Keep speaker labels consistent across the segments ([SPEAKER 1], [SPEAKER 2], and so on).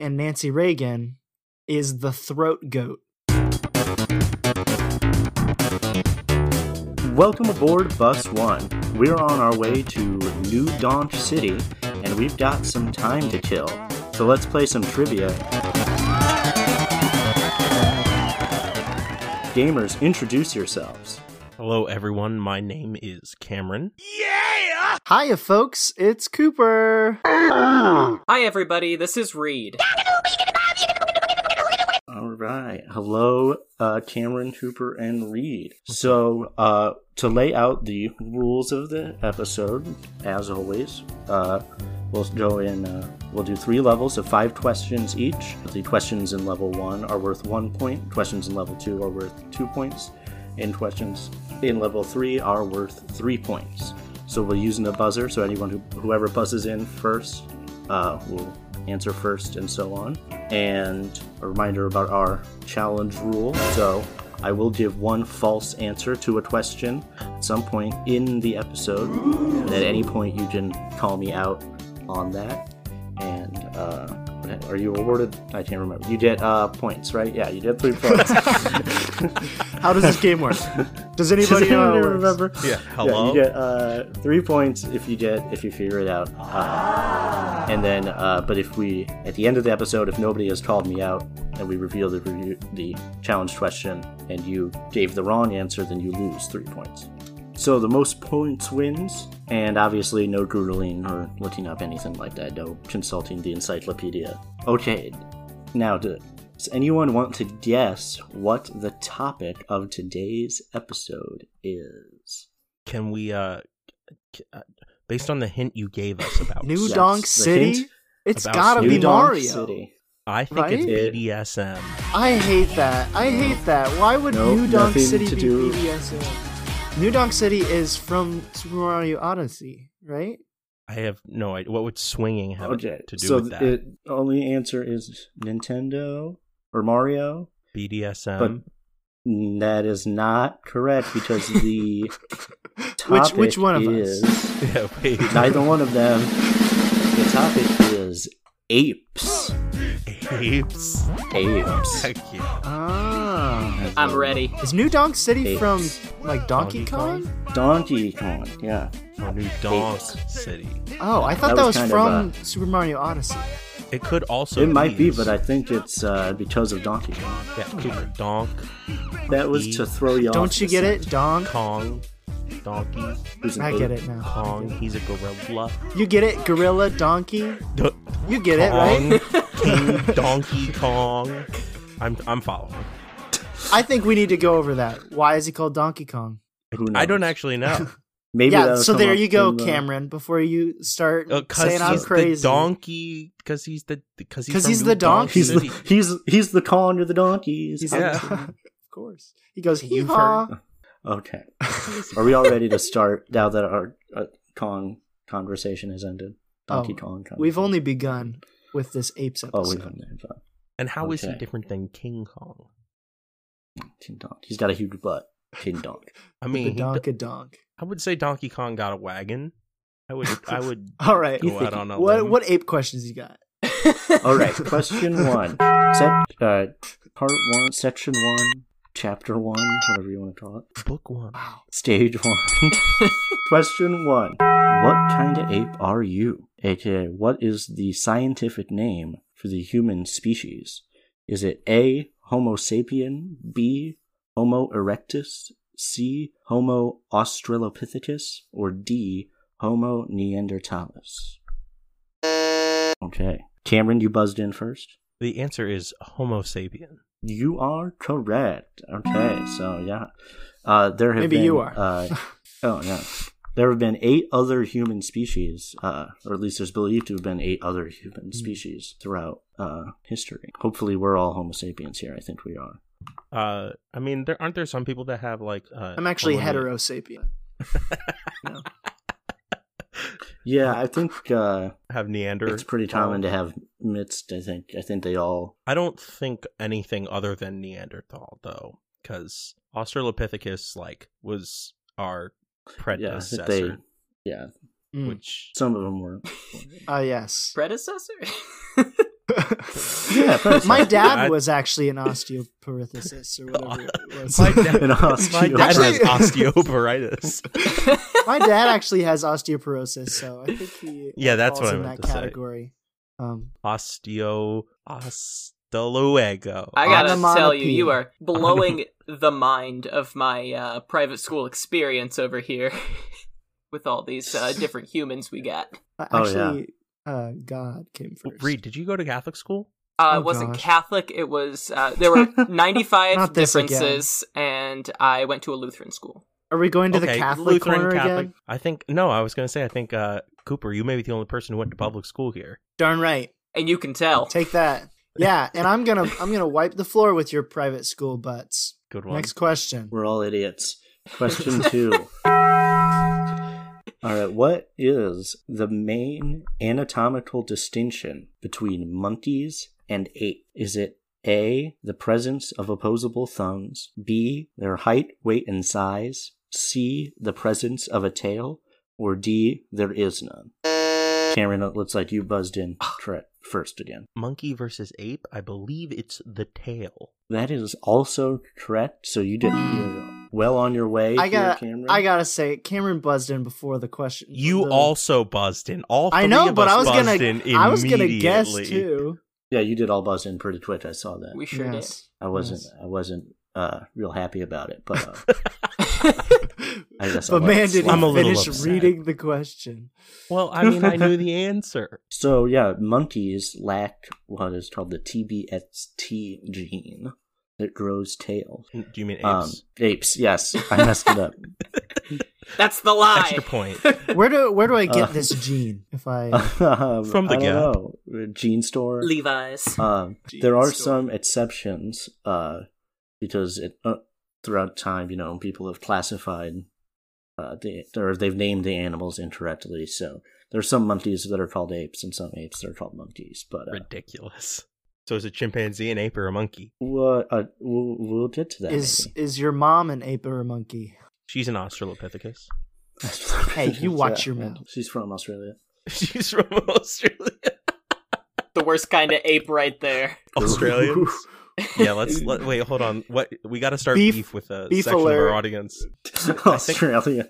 [SPEAKER 1] and Nancy Reagan is the throat goat.
[SPEAKER 2] Welcome aboard Bus One. We're on our way to New Donch City, and we've got some time to kill. So let's play some trivia. Gamers, introduce yourselves.
[SPEAKER 3] Hello, everyone. My name is Cameron.
[SPEAKER 1] Hiya, folks, it's Cooper.
[SPEAKER 4] Hi, everybody. This is Reed.
[SPEAKER 2] All right. Hello, uh, Cameron, Cooper, and Reed. So, uh, to lay out the rules of the episode, as always, uh, we'll go in, uh, we'll do three levels of five questions each. The questions in level one are worth one point, questions in level two are worth two points, and questions in level three are worth three points. So, we'll use the buzzer, so anyone who, whoever buzzes in first uh, will answer first and so on. And a reminder about our challenge rule. So I will give one false answer to a question at some point in the episode. And at any point, you can call me out on that. And uh, are you awarded? I can't remember. You get uh, points, right? Yeah, you did three points.
[SPEAKER 1] How does this game work? Does anybody know? how it
[SPEAKER 2] Anybody
[SPEAKER 1] works?
[SPEAKER 2] remember?
[SPEAKER 3] Yeah.
[SPEAKER 2] Yeah,
[SPEAKER 3] Hello.
[SPEAKER 2] you get uh, three points if you get if you figure it out. Uh, and then, uh, but if we at the end of the episode, if nobody has called me out and we reveal the review, the challenge question, and you gave the wrong answer, then you lose three points. So the most points wins, and obviously no googling or looking up anything like that. No consulting the encyclopedia. Okay, now does anyone want to guess what the topic of today's episode is?
[SPEAKER 3] Can we, uh, c- uh, based on the hint you gave us about,
[SPEAKER 1] New
[SPEAKER 2] Yes,
[SPEAKER 1] Donk
[SPEAKER 2] the
[SPEAKER 1] City?
[SPEAKER 2] hint
[SPEAKER 1] It's
[SPEAKER 3] about
[SPEAKER 1] gotta
[SPEAKER 3] New
[SPEAKER 1] be
[SPEAKER 2] New Dawn
[SPEAKER 1] Mario.
[SPEAKER 2] City.
[SPEAKER 3] I think
[SPEAKER 1] Right?
[SPEAKER 2] It-
[SPEAKER 3] it's BDSM.
[SPEAKER 1] I hate that. I hate that. Why would
[SPEAKER 2] Nope,
[SPEAKER 1] New Donk
[SPEAKER 2] nothing
[SPEAKER 1] City
[SPEAKER 2] to
[SPEAKER 1] be
[SPEAKER 2] do-
[SPEAKER 1] BDSM? New Donk City is from Super Mario Odyssey, right?
[SPEAKER 3] I have no idea. What would swinging have
[SPEAKER 2] Okay,
[SPEAKER 3] to
[SPEAKER 2] Oh,
[SPEAKER 3] do
[SPEAKER 2] so
[SPEAKER 3] with that?
[SPEAKER 2] it- only answer is Nintendo or Mario,
[SPEAKER 3] BDSM.
[SPEAKER 2] but that is not correct because the
[SPEAKER 1] Which
[SPEAKER 2] topic
[SPEAKER 1] which one of
[SPEAKER 2] is,
[SPEAKER 1] us?
[SPEAKER 3] yeah, wait.
[SPEAKER 2] Neither one of them. The topic is apes.
[SPEAKER 3] Apes.
[SPEAKER 2] Apes.
[SPEAKER 3] Heck yeah.
[SPEAKER 1] Ah.
[SPEAKER 4] I'm ready.
[SPEAKER 1] Is New Donk City
[SPEAKER 2] Apes.
[SPEAKER 1] from like Donkey
[SPEAKER 3] Donkey
[SPEAKER 1] Kong?
[SPEAKER 3] Kong?
[SPEAKER 2] Donkey Kong. Yeah.
[SPEAKER 3] Oh, New Donk City.
[SPEAKER 1] Oh, I thought that,
[SPEAKER 2] That was
[SPEAKER 1] was,
[SPEAKER 2] kind of,
[SPEAKER 1] from
[SPEAKER 2] uh,
[SPEAKER 1] Super Mario Odyssey.
[SPEAKER 3] It could also.
[SPEAKER 2] it might be,
[SPEAKER 3] used-
[SPEAKER 2] but I think it's uh, because of Donkey Kong.
[SPEAKER 3] Yeah, Cooper. Donk
[SPEAKER 2] That was to throw you off.
[SPEAKER 1] Don't you
[SPEAKER 2] the
[SPEAKER 1] get
[SPEAKER 2] scent.
[SPEAKER 1] it? Donk.
[SPEAKER 3] Kong. Donkey
[SPEAKER 2] Who's an
[SPEAKER 1] I
[SPEAKER 2] ape?
[SPEAKER 1] get it now.
[SPEAKER 3] Kong. He's a gorilla.
[SPEAKER 1] You get it, Gorilla Donkey.
[SPEAKER 3] Do-
[SPEAKER 1] You get it, right?
[SPEAKER 3] Kong. King Donkey Kong. I'm I'm following.
[SPEAKER 1] I think we need to go over that. Why is he called Donkey Kong?
[SPEAKER 2] Who
[SPEAKER 3] I don't
[SPEAKER 2] knows?
[SPEAKER 3] actually know.
[SPEAKER 2] Maybe
[SPEAKER 1] yeah,
[SPEAKER 2] that'll
[SPEAKER 1] so
[SPEAKER 2] come
[SPEAKER 1] there
[SPEAKER 2] up
[SPEAKER 1] you go,
[SPEAKER 2] in uh, the-
[SPEAKER 1] Cameron. Before you start
[SPEAKER 3] Because
[SPEAKER 1] saying I'm
[SPEAKER 3] Oh, Uh, he's
[SPEAKER 1] crazy,
[SPEAKER 3] the donkey. Because he's the because he's
[SPEAKER 1] 'Cause
[SPEAKER 3] from
[SPEAKER 1] he's
[SPEAKER 3] New
[SPEAKER 1] the
[SPEAKER 3] Donk
[SPEAKER 1] donk.
[SPEAKER 2] He's the,
[SPEAKER 3] City.
[SPEAKER 2] he's he's the Kong of the donkeys.
[SPEAKER 1] He's
[SPEAKER 3] Yeah.
[SPEAKER 1] like, of course. He goes,
[SPEAKER 4] You've
[SPEAKER 1] "Hee-haw." Oh,
[SPEAKER 2] Okay. Are we all ready to start now that our uh, Kong conversation has ended? Donkey
[SPEAKER 1] Oh,
[SPEAKER 2] Kong. Conversation.
[SPEAKER 1] We've only begun with this apes
[SPEAKER 2] Oh, we've
[SPEAKER 1] episode.
[SPEAKER 2] only done
[SPEAKER 3] and how is
[SPEAKER 2] Okay.
[SPEAKER 3] he different than King Kong?
[SPEAKER 2] King Donk. He's got a huge butt. King Donk.
[SPEAKER 3] I
[SPEAKER 1] the
[SPEAKER 3] mean, he-
[SPEAKER 1] donk a donk.
[SPEAKER 3] I would say Donkey Kong got a wagon. I would. I would.
[SPEAKER 1] All right.
[SPEAKER 3] Go out on a
[SPEAKER 1] What
[SPEAKER 3] limb.
[SPEAKER 1] what ape questions you got?
[SPEAKER 2] All right. Question one. Set, uh, part one. Section one. Chapter one. Whatever you want to call it.
[SPEAKER 3] book one?
[SPEAKER 1] Wow.
[SPEAKER 2] Stage one. question one. What kind of ape are you? AKA, what is the scientific name for the human species? Is it A. Homo sapien, B. Homo erectus, C. Homo australopithecus, or D. Homo neanderthalis? Okay. Cameron, you buzzed in first.
[SPEAKER 3] The answer is Homo sapien.
[SPEAKER 2] You are correct. Okay, so yeah, uh, there have
[SPEAKER 1] Maybe
[SPEAKER 2] been,
[SPEAKER 1] you are.
[SPEAKER 2] uh, oh yeah, there have been eight other human species, uh, or at least there's believed to have been eight other
[SPEAKER 1] Hmm.
[SPEAKER 2] human species throughout uh, history. Hopefully, we're all Homo sapiens here. I think we are.
[SPEAKER 3] Uh, I mean, there aren't there some people that have like. Uh,
[SPEAKER 1] I'm actually
[SPEAKER 3] Homo-
[SPEAKER 1] hetero sapien.
[SPEAKER 2] Yeah, I think uh,
[SPEAKER 3] Have Neander.
[SPEAKER 2] it's pretty common to have mixed. I think I think they all.
[SPEAKER 3] I don't think anything other than Neanderthal though, because Australopithecus like was
[SPEAKER 2] Yeah,
[SPEAKER 3] our
[SPEAKER 2] I think they.
[SPEAKER 3] predecessor,
[SPEAKER 2] Yeah,
[SPEAKER 1] Mm.
[SPEAKER 3] which
[SPEAKER 2] some of them were.
[SPEAKER 1] Ah yes.
[SPEAKER 4] Predecessor?
[SPEAKER 2] Yeah, pretty
[SPEAKER 1] My
[SPEAKER 2] soft.
[SPEAKER 1] dad
[SPEAKER 3] I-
[SPEAKER 1] was actually an osteoporosis or whatever it was.
[SPEAKER 3] My dad-
[SPEAKER 2] An
[SPEAKER 3] My
[SPEAKER 2] osteo-
[SPEAKER 3] dad has
[SPEAKER 1] Actually-
[SPEAKER 3] osteoporosis.
[SPEAKER 1] My dad actually has osteoporosis, so I think he
[SPEAKER 3] Yeah, that's
[SPEAKER 1] falls
[SPEAKER 3] what I
[SPEAKER 1] in
[SPEAKER 3] meant
[SPEAKER 1] that
[SPEAKER 3] to say.
[SPEAKER 1] category. Um,
[SPEAKER 3] Osteo osteluego.
[SPEAKER 4] I gotta
[SPEAKER 1] Onomatopoeia.
[SPEAKER 4] tell you, you are blowing the mind of my uh, private school experience over here with all these uh, different humans we got.
[SPEAKER 1] uh,
[SPEAKER 2] Oh, yeah.
[SPEAKER 1] actually, uh, God came first.
[SPEAKER 3] Reed, did you go to Catholic school?
[SPEAKER 4] Uh,
[SPEAKER 1] Oh,
[SPEAKER 4] it wasn't
[SPEAKER 1] gosh.
[SPEAKER 4] Catholic. It was uh, there were ninety five
[SPEAKER 1] Not this again.
[SPEAKER 4] differences, and I went to a Lutheran school.
[SPEAKER 1] Are we going to the Catholic corner again?
[SPEAKER 3] I think no. I was gonna say I think uh, Cooper, you may be the only person who went to public school here.
[SPEAKER 1] Darn right.
[SPEAKER 4] And you can tell.
[SPEAKER 1] Take that. Yeah, and I'm gonna I'm gonna wipe the floor with your private school butts.
[SPEAKER 3] Good one.
[SPEAKER 1] Next question.
[SPEAKER 2] We're all idiots. Question two. All right, what is the main anatomical distinction between monkeys and apes? Is it A, the presence of opposable thumbs, B, their height, weight, and size, C, the presence of a tail, or D, there is none? Cameron, it looks like you buzzed in tr- first again.
[SPEAKER 3] Monkey versus ape. I believe it's the tail.
[SPEAKER 2] That is also correct, so you did you're well on your way.
[SPEAKER 1] I
[SPEAKER 2] here,
[SPEAKER 1] got
[SPEAKER 2] Cameron.
[SPEAKER 1] I gotta say, Cameron buzzed in before the question.
[SPEAKER 3] You
[SPEAKER 1] the-
[SPEAKER 3] also buzzed in. All three
[SPEAKER 1] I know,
[SPEAKER 3] of
[SPEAKER 1] but
[SPEAKER 3] us
[SPEAKER 1] I was
[SPEAKER 3] buzzed
[SPEAKER 1] gonna
[SPEAKER 3] in
[SPEAKER 1] I was gonna guess
[SPEAKER 3] immediately.
[SPEAKER 1] too.
[SPEAKER 2] Yeah, you did all buzz in pretty quick. I saw that.
[SPEAKER 4] We sure
[SPEAKER 1] Yes.
[SPEAKER 2] I wasn't.
[SPEAKER 1] Yes.
[SPEAKER 2] I wasn't uh, real happy about it, but uh, I guess. I'll
[SPEAKER 1] But
[SPEAKER 2] let it
[SPEAKER 1] man, did he
[SPEAKER 2] slide.
[SPEAKER 3] I'm a little
[SPEAKER 1] finish
[SPEAKER 3] upset.
[SPEAKER 1] reading the question?
[SPEAKER 3] Well, I mean, I knew the answer.
[SPEAKER 2] So yeah, monkeys lack what is called the TBXT gene that grows tails.
[SPEAKER 3] Do you mean apes?
[SPEAKER 2] Um, apes. Yes, I messed it up.
[SPEAKER 4] did. That's the lie.
[SPEAKER 3] Extra point.
[SPEAKER 1] Where do where do I get
[SPEAKER 2] Uh.
[SPEAKER 1] this gene? If I
[SPEAKER 2] Um,
[SPEAKER 3] From the
[SPEAKER 2] I don't
[SPEAKER 3] Gap.
[SPEAKER 2] know. Uh, Gene store.
[SPEAKER 4] Levi's.
[SPEAKER 2] Um,
[SPEAKER 1] Gene
[SPEAKER 2] there are
[SPEAKER 1] store.
[SPEAKER 2] some exceptions uh, because it, uh, throughout time, you know, people have classified uh, the, or they've named the animals incorrectly. So there are some monkeys that are called apes and some apes that are called monkeys. But uh,
[SPEAKER 3] Ridiculous. So is a chimpanzee an ape or a monkey?
[SPEAKER 2] we'll, uh, we'll, we'll get to that.
[SPEAKER 1] is
[SPEAKER 2] maybe.
[SPEAKER 1] is your mom an ape or a monkey?
[SPEAKER 3] She's an Australopithecus.
[SPEAKER 1] Hey, you watch your
[SPEAKER 2] yeah.
[SPEAKER 1] mouth.
[SPEAKER 2] She's from Australia.
[SPEAKER 3] She's from Australia.
[SPEAKER 4] the worst kind of ape right there.
[SPEAKER 3] Australians. yeah, let's let, wait. Hold on. What we got to start
[SPEAKER 1] Beef-
[SPEAKER 3] beef, with a
[SPEAKER 1] beef
[SPEAKER 3] section of
[SPEAKER 1] alert.
[SPEAKER 3] our audience.
[SPEAKER 2] Australia.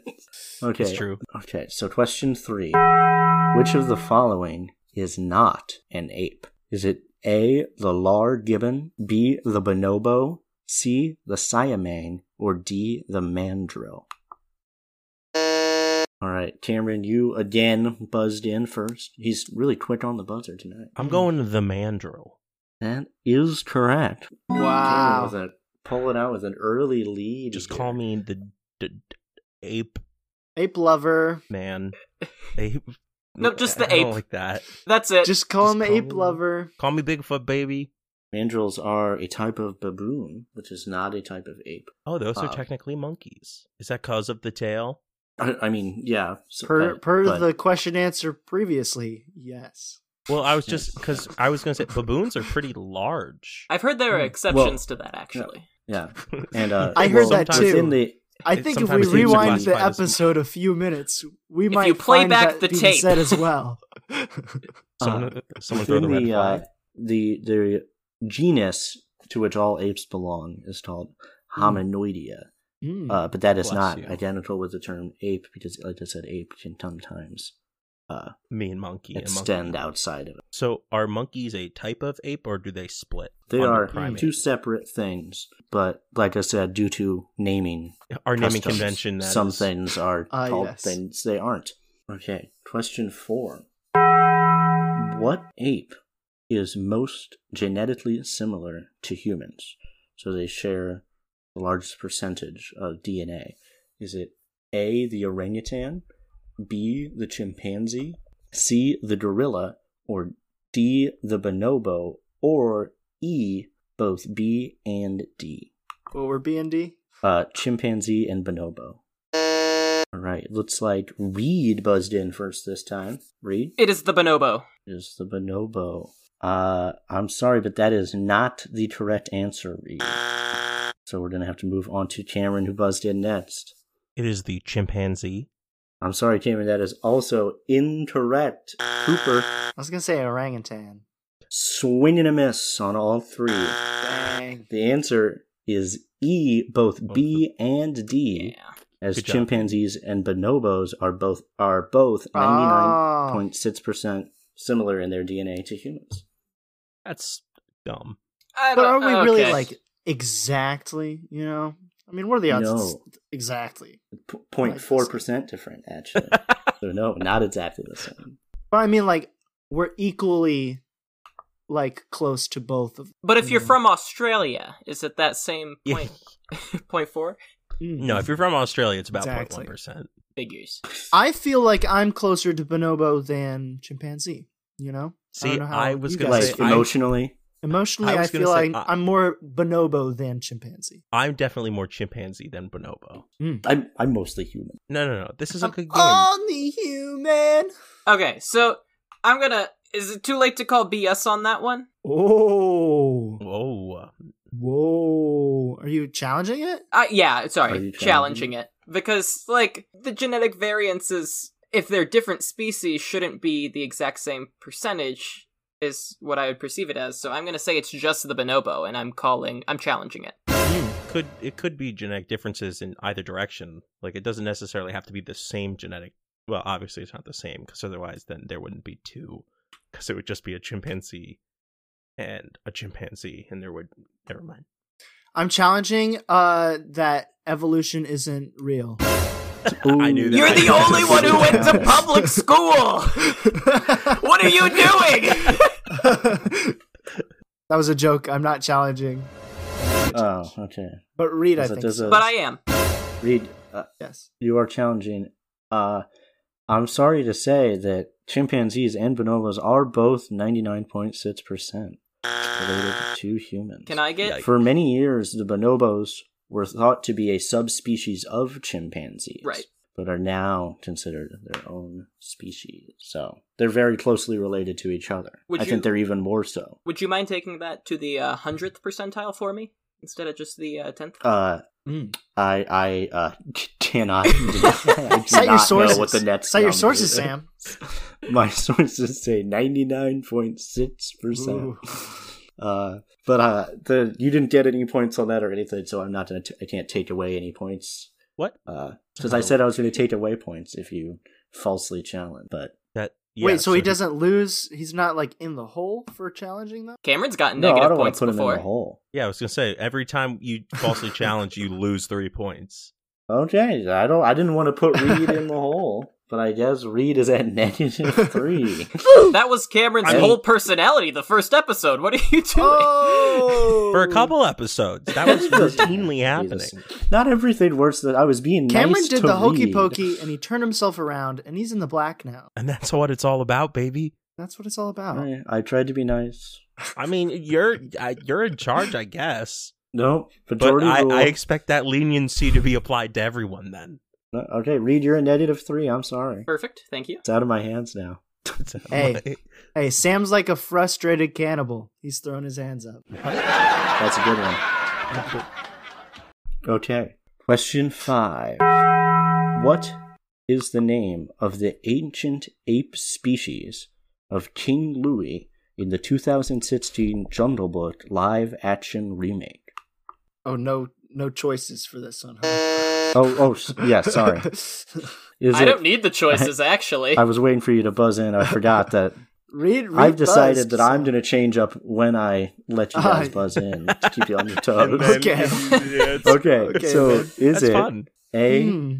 [SPEAKER 2] Okay.
[SPEAKER 3] It's true.
[SPEAKER 2] Okay, so question three. Which of the following is not an ape? Is it A, the lar gibbon, B, the bonobo, C, the siamang, or D, the mandrill? All right, Cameron, you again buzzed in first. He's really quick on the buzzer tonight.
[SPEAKER 3] I'm going to the mandrill.
[SPEAKER 2] That is correct. Cameron
[SPEAKER 1] Wow.
[SPEAKER 2] with a, pulling out with an early lead.
[SPEAKER 3] Just
[SPEAKER 2] here.
[SPEAKER 3] call me the d- d- ape
[SPEAKER 1] Ape lover.
[SPEAKER 3] man. Ape.
[SPEAKER 4] No, just
[SPEAKER 2] Uh,
[SPEAKER 4] the
[SPEAKER 3] I don't
[SPEAKER 4] ape.
[SPEAKER 3] like that.
[SPEAKER 4] That's it.
[SPEAKER 1] Just call
[SPEAKER 3] Just
[SPEAKER 1] him
[SPEAKER 3] call
[SPEAKER 1] ape
[SPEAKER 3] me-
[SPEAKER 1] lover.
[SPEAKER 3] Call me Bigfoot, baby.
[SPEAKER 2] Mandrills are a type of baboon, which is not a type of ape.
[SPEAKER 3] Oh, those
[SPEAKER 2] Wow.
[SPEAKER 3] are technically monkeys. Is that cause of the tail?
[SPEAKER 2] I, I mean, yeah. so-
[SPEAKER 1] Per
[SPEAKER 2] but-
[SPEAKER 1] per
[SPEAKER 2] but-
[SPEAKER 1] the question answer previously, yes.
[SPEAKER 3] Well, I was just
[SPEAKER 2] Yes.
[SPEAKER 3] because I was gonna say baboons are pretty large.
[SPEAKER 4] I've heard there are
[SPEAKER 1] Hmm. Well,
[SPEAKER 4] exceptions to that, actually.
[SPEAKER 2] yeah, and uh,
[SPEAKER 1] I heard that
[SPEAKER 2] sometimes
[SPEAKER 1] too.
[SPEAKER 2] Within the
[SPEAKER 1] I
[SPEAKER 3] It
[SPEAKER 1] think if we
[SPEAKER 3] sometimes seems
[SPEAKER 1] rewind the
[SPEAKER 3] classified as-
[SPEAKER 1] episode a few minutes, we might
[SPEAKER 4] you play
[SPEAKER 1] find
[SPEAKER 4] back
[SPEAKER 1] that
[SPEAKER 4] the
[SPEAKER 1] being
[SPEAKER 4] tape.
[SPEAKER 1] said as well.
[SPEAKER 3] someone, someone throw
[SPEAKER 2] within
[SPEAKER 3] the red
[SPEAKER 2] the, uh,
[SPEAKER 3] flag.
[SPEAKER 2] the the genus to which all apes belong is called
[SPEAKER 1] Hmm.
[SPEAKER 2] Hominoidea,
[SPEAKER 1] Mm.
[SPEAKER 2] uh, but that is
[SPEAKER 3] Bless
[SPEAKER 2] not
[SPEAKER 3] you.
[SPEAKER 2] identical with the term ape because, like I said, ape can sometimes uh,
[SPEAKER 3] Me and monkey. And monkey.
[SPEAKER 2] extend outside of it.
[SPEAKER 3] So, are monkeys a type of ape, or do they split?
[SPEAKER 2] They
[SPEAKER 3] under
[SPEAKER 2] are
[SPEAKER 3] primate?
[SPEAKER 2] two separate things, but like I said, due to naming
[SPEAKER 3] Our naming
[SPEAKER 2] customs.
[SPEAKER 3] convention. that
[SPEAKER 2] Some
[SPEAKER 3] is-
[SPEAKER 2] things are
[SPEAKER 1] Ah,
[SPEAKER 2] called
[SPEAKER 1] yes.
[SPEAKER 2] things they aren't. Okay, question four. What ape is most genetically similar to humans? So they share the largest percentage of DNA. Is it A, the orangutan, B, the chimpanzee, C, the gorilla, or D, the bonobo, or E, both B and D?
[SPEAKER 1] well, we're B and D.
[SPEAKER 2] uh, chimpanzee and bonobo. All right, looks like Reed buzzed in first this time. Reed
[SPEAKER 4] It is the bonobo.
[SPEAKER 2] is the bonobo. Uh, I'm sorry, but that is not the correct answer, Reed. So we're gonna have to move on to Cameron, who buzzed in next.
[SPEAKER 3] It is the chimpanzee.
[SPEAKER 2] I'm sorry, Cameron, that is also incorrect. Cooper.
[SPEAKER 1] I was gonna say orangutan.
[SPEAKER 2] Swing and a miss on all three.
[SPEAKER 1] Dang.
[SPEAKER 2] The answer is E, both
[SPEAKER 3] Both
[SPEAKER 2] B and D,
[SPEAKER 4] Yeah.
[SPEAKER 2] as
[SPEAKER 3] Good job.
[SPEAKER 2] chimpanzees and bonobos are both are both ninety nine
[SPEAKER 3] Ah.
[SPEAKER 1] Oh,
[SPEAKER 2] point six percent similar in their DNA to humans.
[SPEAKER 3] That's dumb.
[SPEAKER 4] I
[SPEAKER 1] Oh. but are we really
[SPEAKER 4] okay.
[SPEAKER 1] like exactly? You know, I mean, what are the odds?
[SPEAKER 2] No.
[SPEAKER 1] it's Exactly.
[SPEAKER 2] Point four percent different, actually. so no, not exactly the same.
[SPEAKER 1] But I mean, like we're equally like close to both of.
[SPEAKER 4] But if you're
[SPEAKER 1] Yeah.
[SPEAKER 4] from Australia, is it that same
[SPEAKER 3] Yeah.
[SPEAKER 4] point point four
[SPEAKER 1] Mm.
[SPEAKER 3] No, if you're from Australia, it's about point
[SPEAKER 1] Exactly.
[SPEAKER 3] one percent.
[SPEAKER 4] figures?
[SPEAKER 1] I feel like I'm closer to bonobo than chimpanzee. You know, I
[SPEAKER 3] See,
[SPEAKER 1] don't know how
[SPEAKER 3] I was
[SPEAKER 1] you
[SPEAKER 3] gonna
[SPEAKER 1] guys
[SPEAKER 2] Like
[SPEAKER 3] say
[SPEAKER 1] feel.
[SPEAKER 3] I-
[SPEAKER 2] emotionally,
[SPEAKER 1] emotionally,
[SPEAKER 3] I
[SPEAKER 1] I,
[SPEAKER 3] was gonna
[SPEAKER 1] feel
[SPEAKER 3] say,
[SPEAKER 1] like
[SPEAKER 3] uh,
[SPEAKER 1] I'm more bonobo than chimpanzee.
[SPEAKER 3] I'm definitely more chimpanzee than bonobo.
[SPEAKER 2] I'm I'm mostly human.
[SPEAKER 3] No, no, no. This is a
[SPEAKER 4] I'm
[SPEAKER 3] good game.
[SPEAKER 1] Only human.
[SPEAKER 4] Okay, so I'm gonna. Is it too late to call BS on that one?
[SPEAKER 1] Oh,
[SPEAKER 3] Whoa.
[SPEAKER 1] whoa! Are you challenging it?
[SPEAKER 4] Uh, yeah,
[SPEAKER 2] Are
[SPEAKER 4] sorry,
[SPEAKER 2] you
[SPEAKER 4] challenging
[SPEAKER 2] challenging
[SPEAKER 4] it because like the genetic variances, if they're different species, shouldn't be the exact same percentage is what I would perceive it as. So I'm gonna say it's just the bonobo, and I'm calling. I'm challenging it.
[SPEAKER 3] Could it could be genetic differences in either direction. Like it doesn't necessarily have to be the same genetic well, obviously it's not the same because otherwise then there wouldn't be two because it would just be a chimpanzee and a chimpanzee and there would never mind.
[SPEAKER 1] I'm challenging uh that evolution isn't real.
[SPEAKER 3] I knew that.
[SPEAKER 4] You're the only one who went to public school. What are you doing?
[SPEAKER 1] that was a joke. I'm not challenging.
[SPEAKER 2] Oh, okay.
[SPEAKER 1] But Reed, I
[SPEAKER 2] Does it-
[SPEAKER 1] think.
[SPEAKER 2] does
[SPEAKER 1] so.
[SPEAKER 2] it-
[SPEAKER 4] but I am.
[SPEAKER 2] Reed, uh,
[SPEAKER 1] Yes.
[SPEAKER 2] you are challenging. Uh, I'm sorry to say that chimpanzees and bonobos are both 99.6% related to humans.
[SPEAKER 4] Can I get?
[SPEAKER 3] Yikes.
[SPEAKER 2] For many years, the bonobos were thought to be a subspecies of chimpanzees.
[SPEAKER 4] Right.
[SPEAKER 2] But are now considered their own species. So they're very closely related to each other.
[SPEAKER 4] Would
[SPEAKER 2] I
[SPEAKER 4] you-
[SPEAKER 2] think they're even more so.
[SPEAKER 4] Would you mind taking that to the uh, hundredth percentile for me instead of just the uh, tenth?
[SPEAKER 2] Uh,
[SPEAKER 1] Mm.
[SPEAKER 2] I I uh, cannot. I do
[SPEAKER 1] Cite your
[SPEAKER 2] not
[SPEAKER 1] sources.
[SPEAKER 2] know what the net.
[SPEAKER 1] Cite your
[SPEAKER 2] number
[SPEAKER 1] sources,
[SPEAKER 2] is.
[SPEAKER 1] Sam.
[SPEAKER 2] my sources say 99.6%.
[SPEAKER 1] Ooh.
[SPEAKER 2] Uh, but uh, the you didn't get any points on that or anything, so I'm not gonna. T- I can't take away any points.
[SPEAKER 3] What?
[SPEAKER 2] Because I
[SPEAKER 3] Oh.
[SPEAKER 2] said I was going to take away points if you falsely challenge. But
[SPEAKER 3] That yeah,
[SPEAKER 1] Wait, so he
[SPEAKER 3] he-
[SPEAKER 1] doesn't lose? He's not like in the hole for challenging them?
[SPEAKER 4] Cameron's gotten
[SPEAKER 2] no, I
[SPEAKER 4] negative
[SPEAKER 2] don't want
[SPEAKER 4] points
[SPEAKER 2] to put him in
[SPEAKER 4] before.
[SPEAKER 2] the hole.
[SPEAKER 3] Yeah, I was gonna say every time you falsely challenge, you lose three points.
[SPEAKER 2] Okay, I don't. I didn't want to put Reed in the hole, but I guess Reed is at negative three.
[SPEAKER 1] Oh!
[SPEAKER 4] That was Cameron's
[SPEAKER 2] I mean-
[SPEAKER 4] whole personality the first episode. What are you doing?
[SPEAKER 1] Oh!
[SPEAKER 3] For a couple episodes, that was routinely happening.
[SPEAKER 2] Jesus. Not everything worse than I was being.
[SPEAKER 1] Cameron
[SPEAKER 2] nice
[SPEAKER 1] did
[SPEAKER 2] to
[SPEAKER 1] the hokey
[SPEAKER 2] Reed.
[SPEAKER 1] pokey and he turned himself around and he's in the black now.
[SPEAKER 3] And that's what it's all about, baby.
[SPEAKER 1] That's what it's all about.
[SPEAKER 2] I, I tried to be nice.
[SPEAKER 3] I mean, you're I, you're in charge, I guess.
[SPEAKER 2] No,
[SPEAKER 3] But
[SPEAKER 2] majority
[SPEAKER 3] I,
[SPEAKER 2] rule.
[SPEAKER 3] I expect that leniency to be applied to everyone. Then
[SPEAKER 2] No, okay, Reed, you're a negative three. I'm sorry.
[SPEAKER 4] Perfect. Thank you.
[SPEAKER 2] It's out of my hands now.
[SPEAKER 3] So,
[SPEAKER 1] Hey.
[SPEAKER 3] like,
[SPEAKER 1] Hey, Sam's like a frustrated cannibal. He's throwing his hands up.
[SPEAKER 2] That's a good one. Okay. Question five. What is the name of the ancient ape species of King Louis in the 2016 Jungle Book live action remake?
[SPEAKER 1] Oh, no no choices for this one. huh?
[SPEAKER 2] Oh, oh, s- yeah, sorry. Is
[SPEAKER 4] I
[SPEAKER 2] it?
[SPEAKER 4] don't need the choices, actually.
[SPEAKER 2] I was waiting for you to buzz in. I forgot that
[SPEAKER 1] Reed, Reed
[SPEAKER 2] I've decided
[SPEAKER 1] buzzed,
[SPEAKER 2] that I'm
[SPEAKER 1] so-
[SPEAKER 2] going to change up when I let you guys
[SPEAKER 1] Ah.
[SPEAKER 2] buzz in to keep you on your toes.
[SPEAKER 1] then- Okay.
[SPEAKER 2] okay,
[SPEAKER 1] Okay,
[SPEAKER 2] so
[SPEAKER 1] man.
[SPEAKER 2] is
[SPEAKER 3] that's
[SPEAKER 2] it
[SPEAKER 3] fun.
[SPEAKER 2] A,
[SPEAKER 1] Hmm.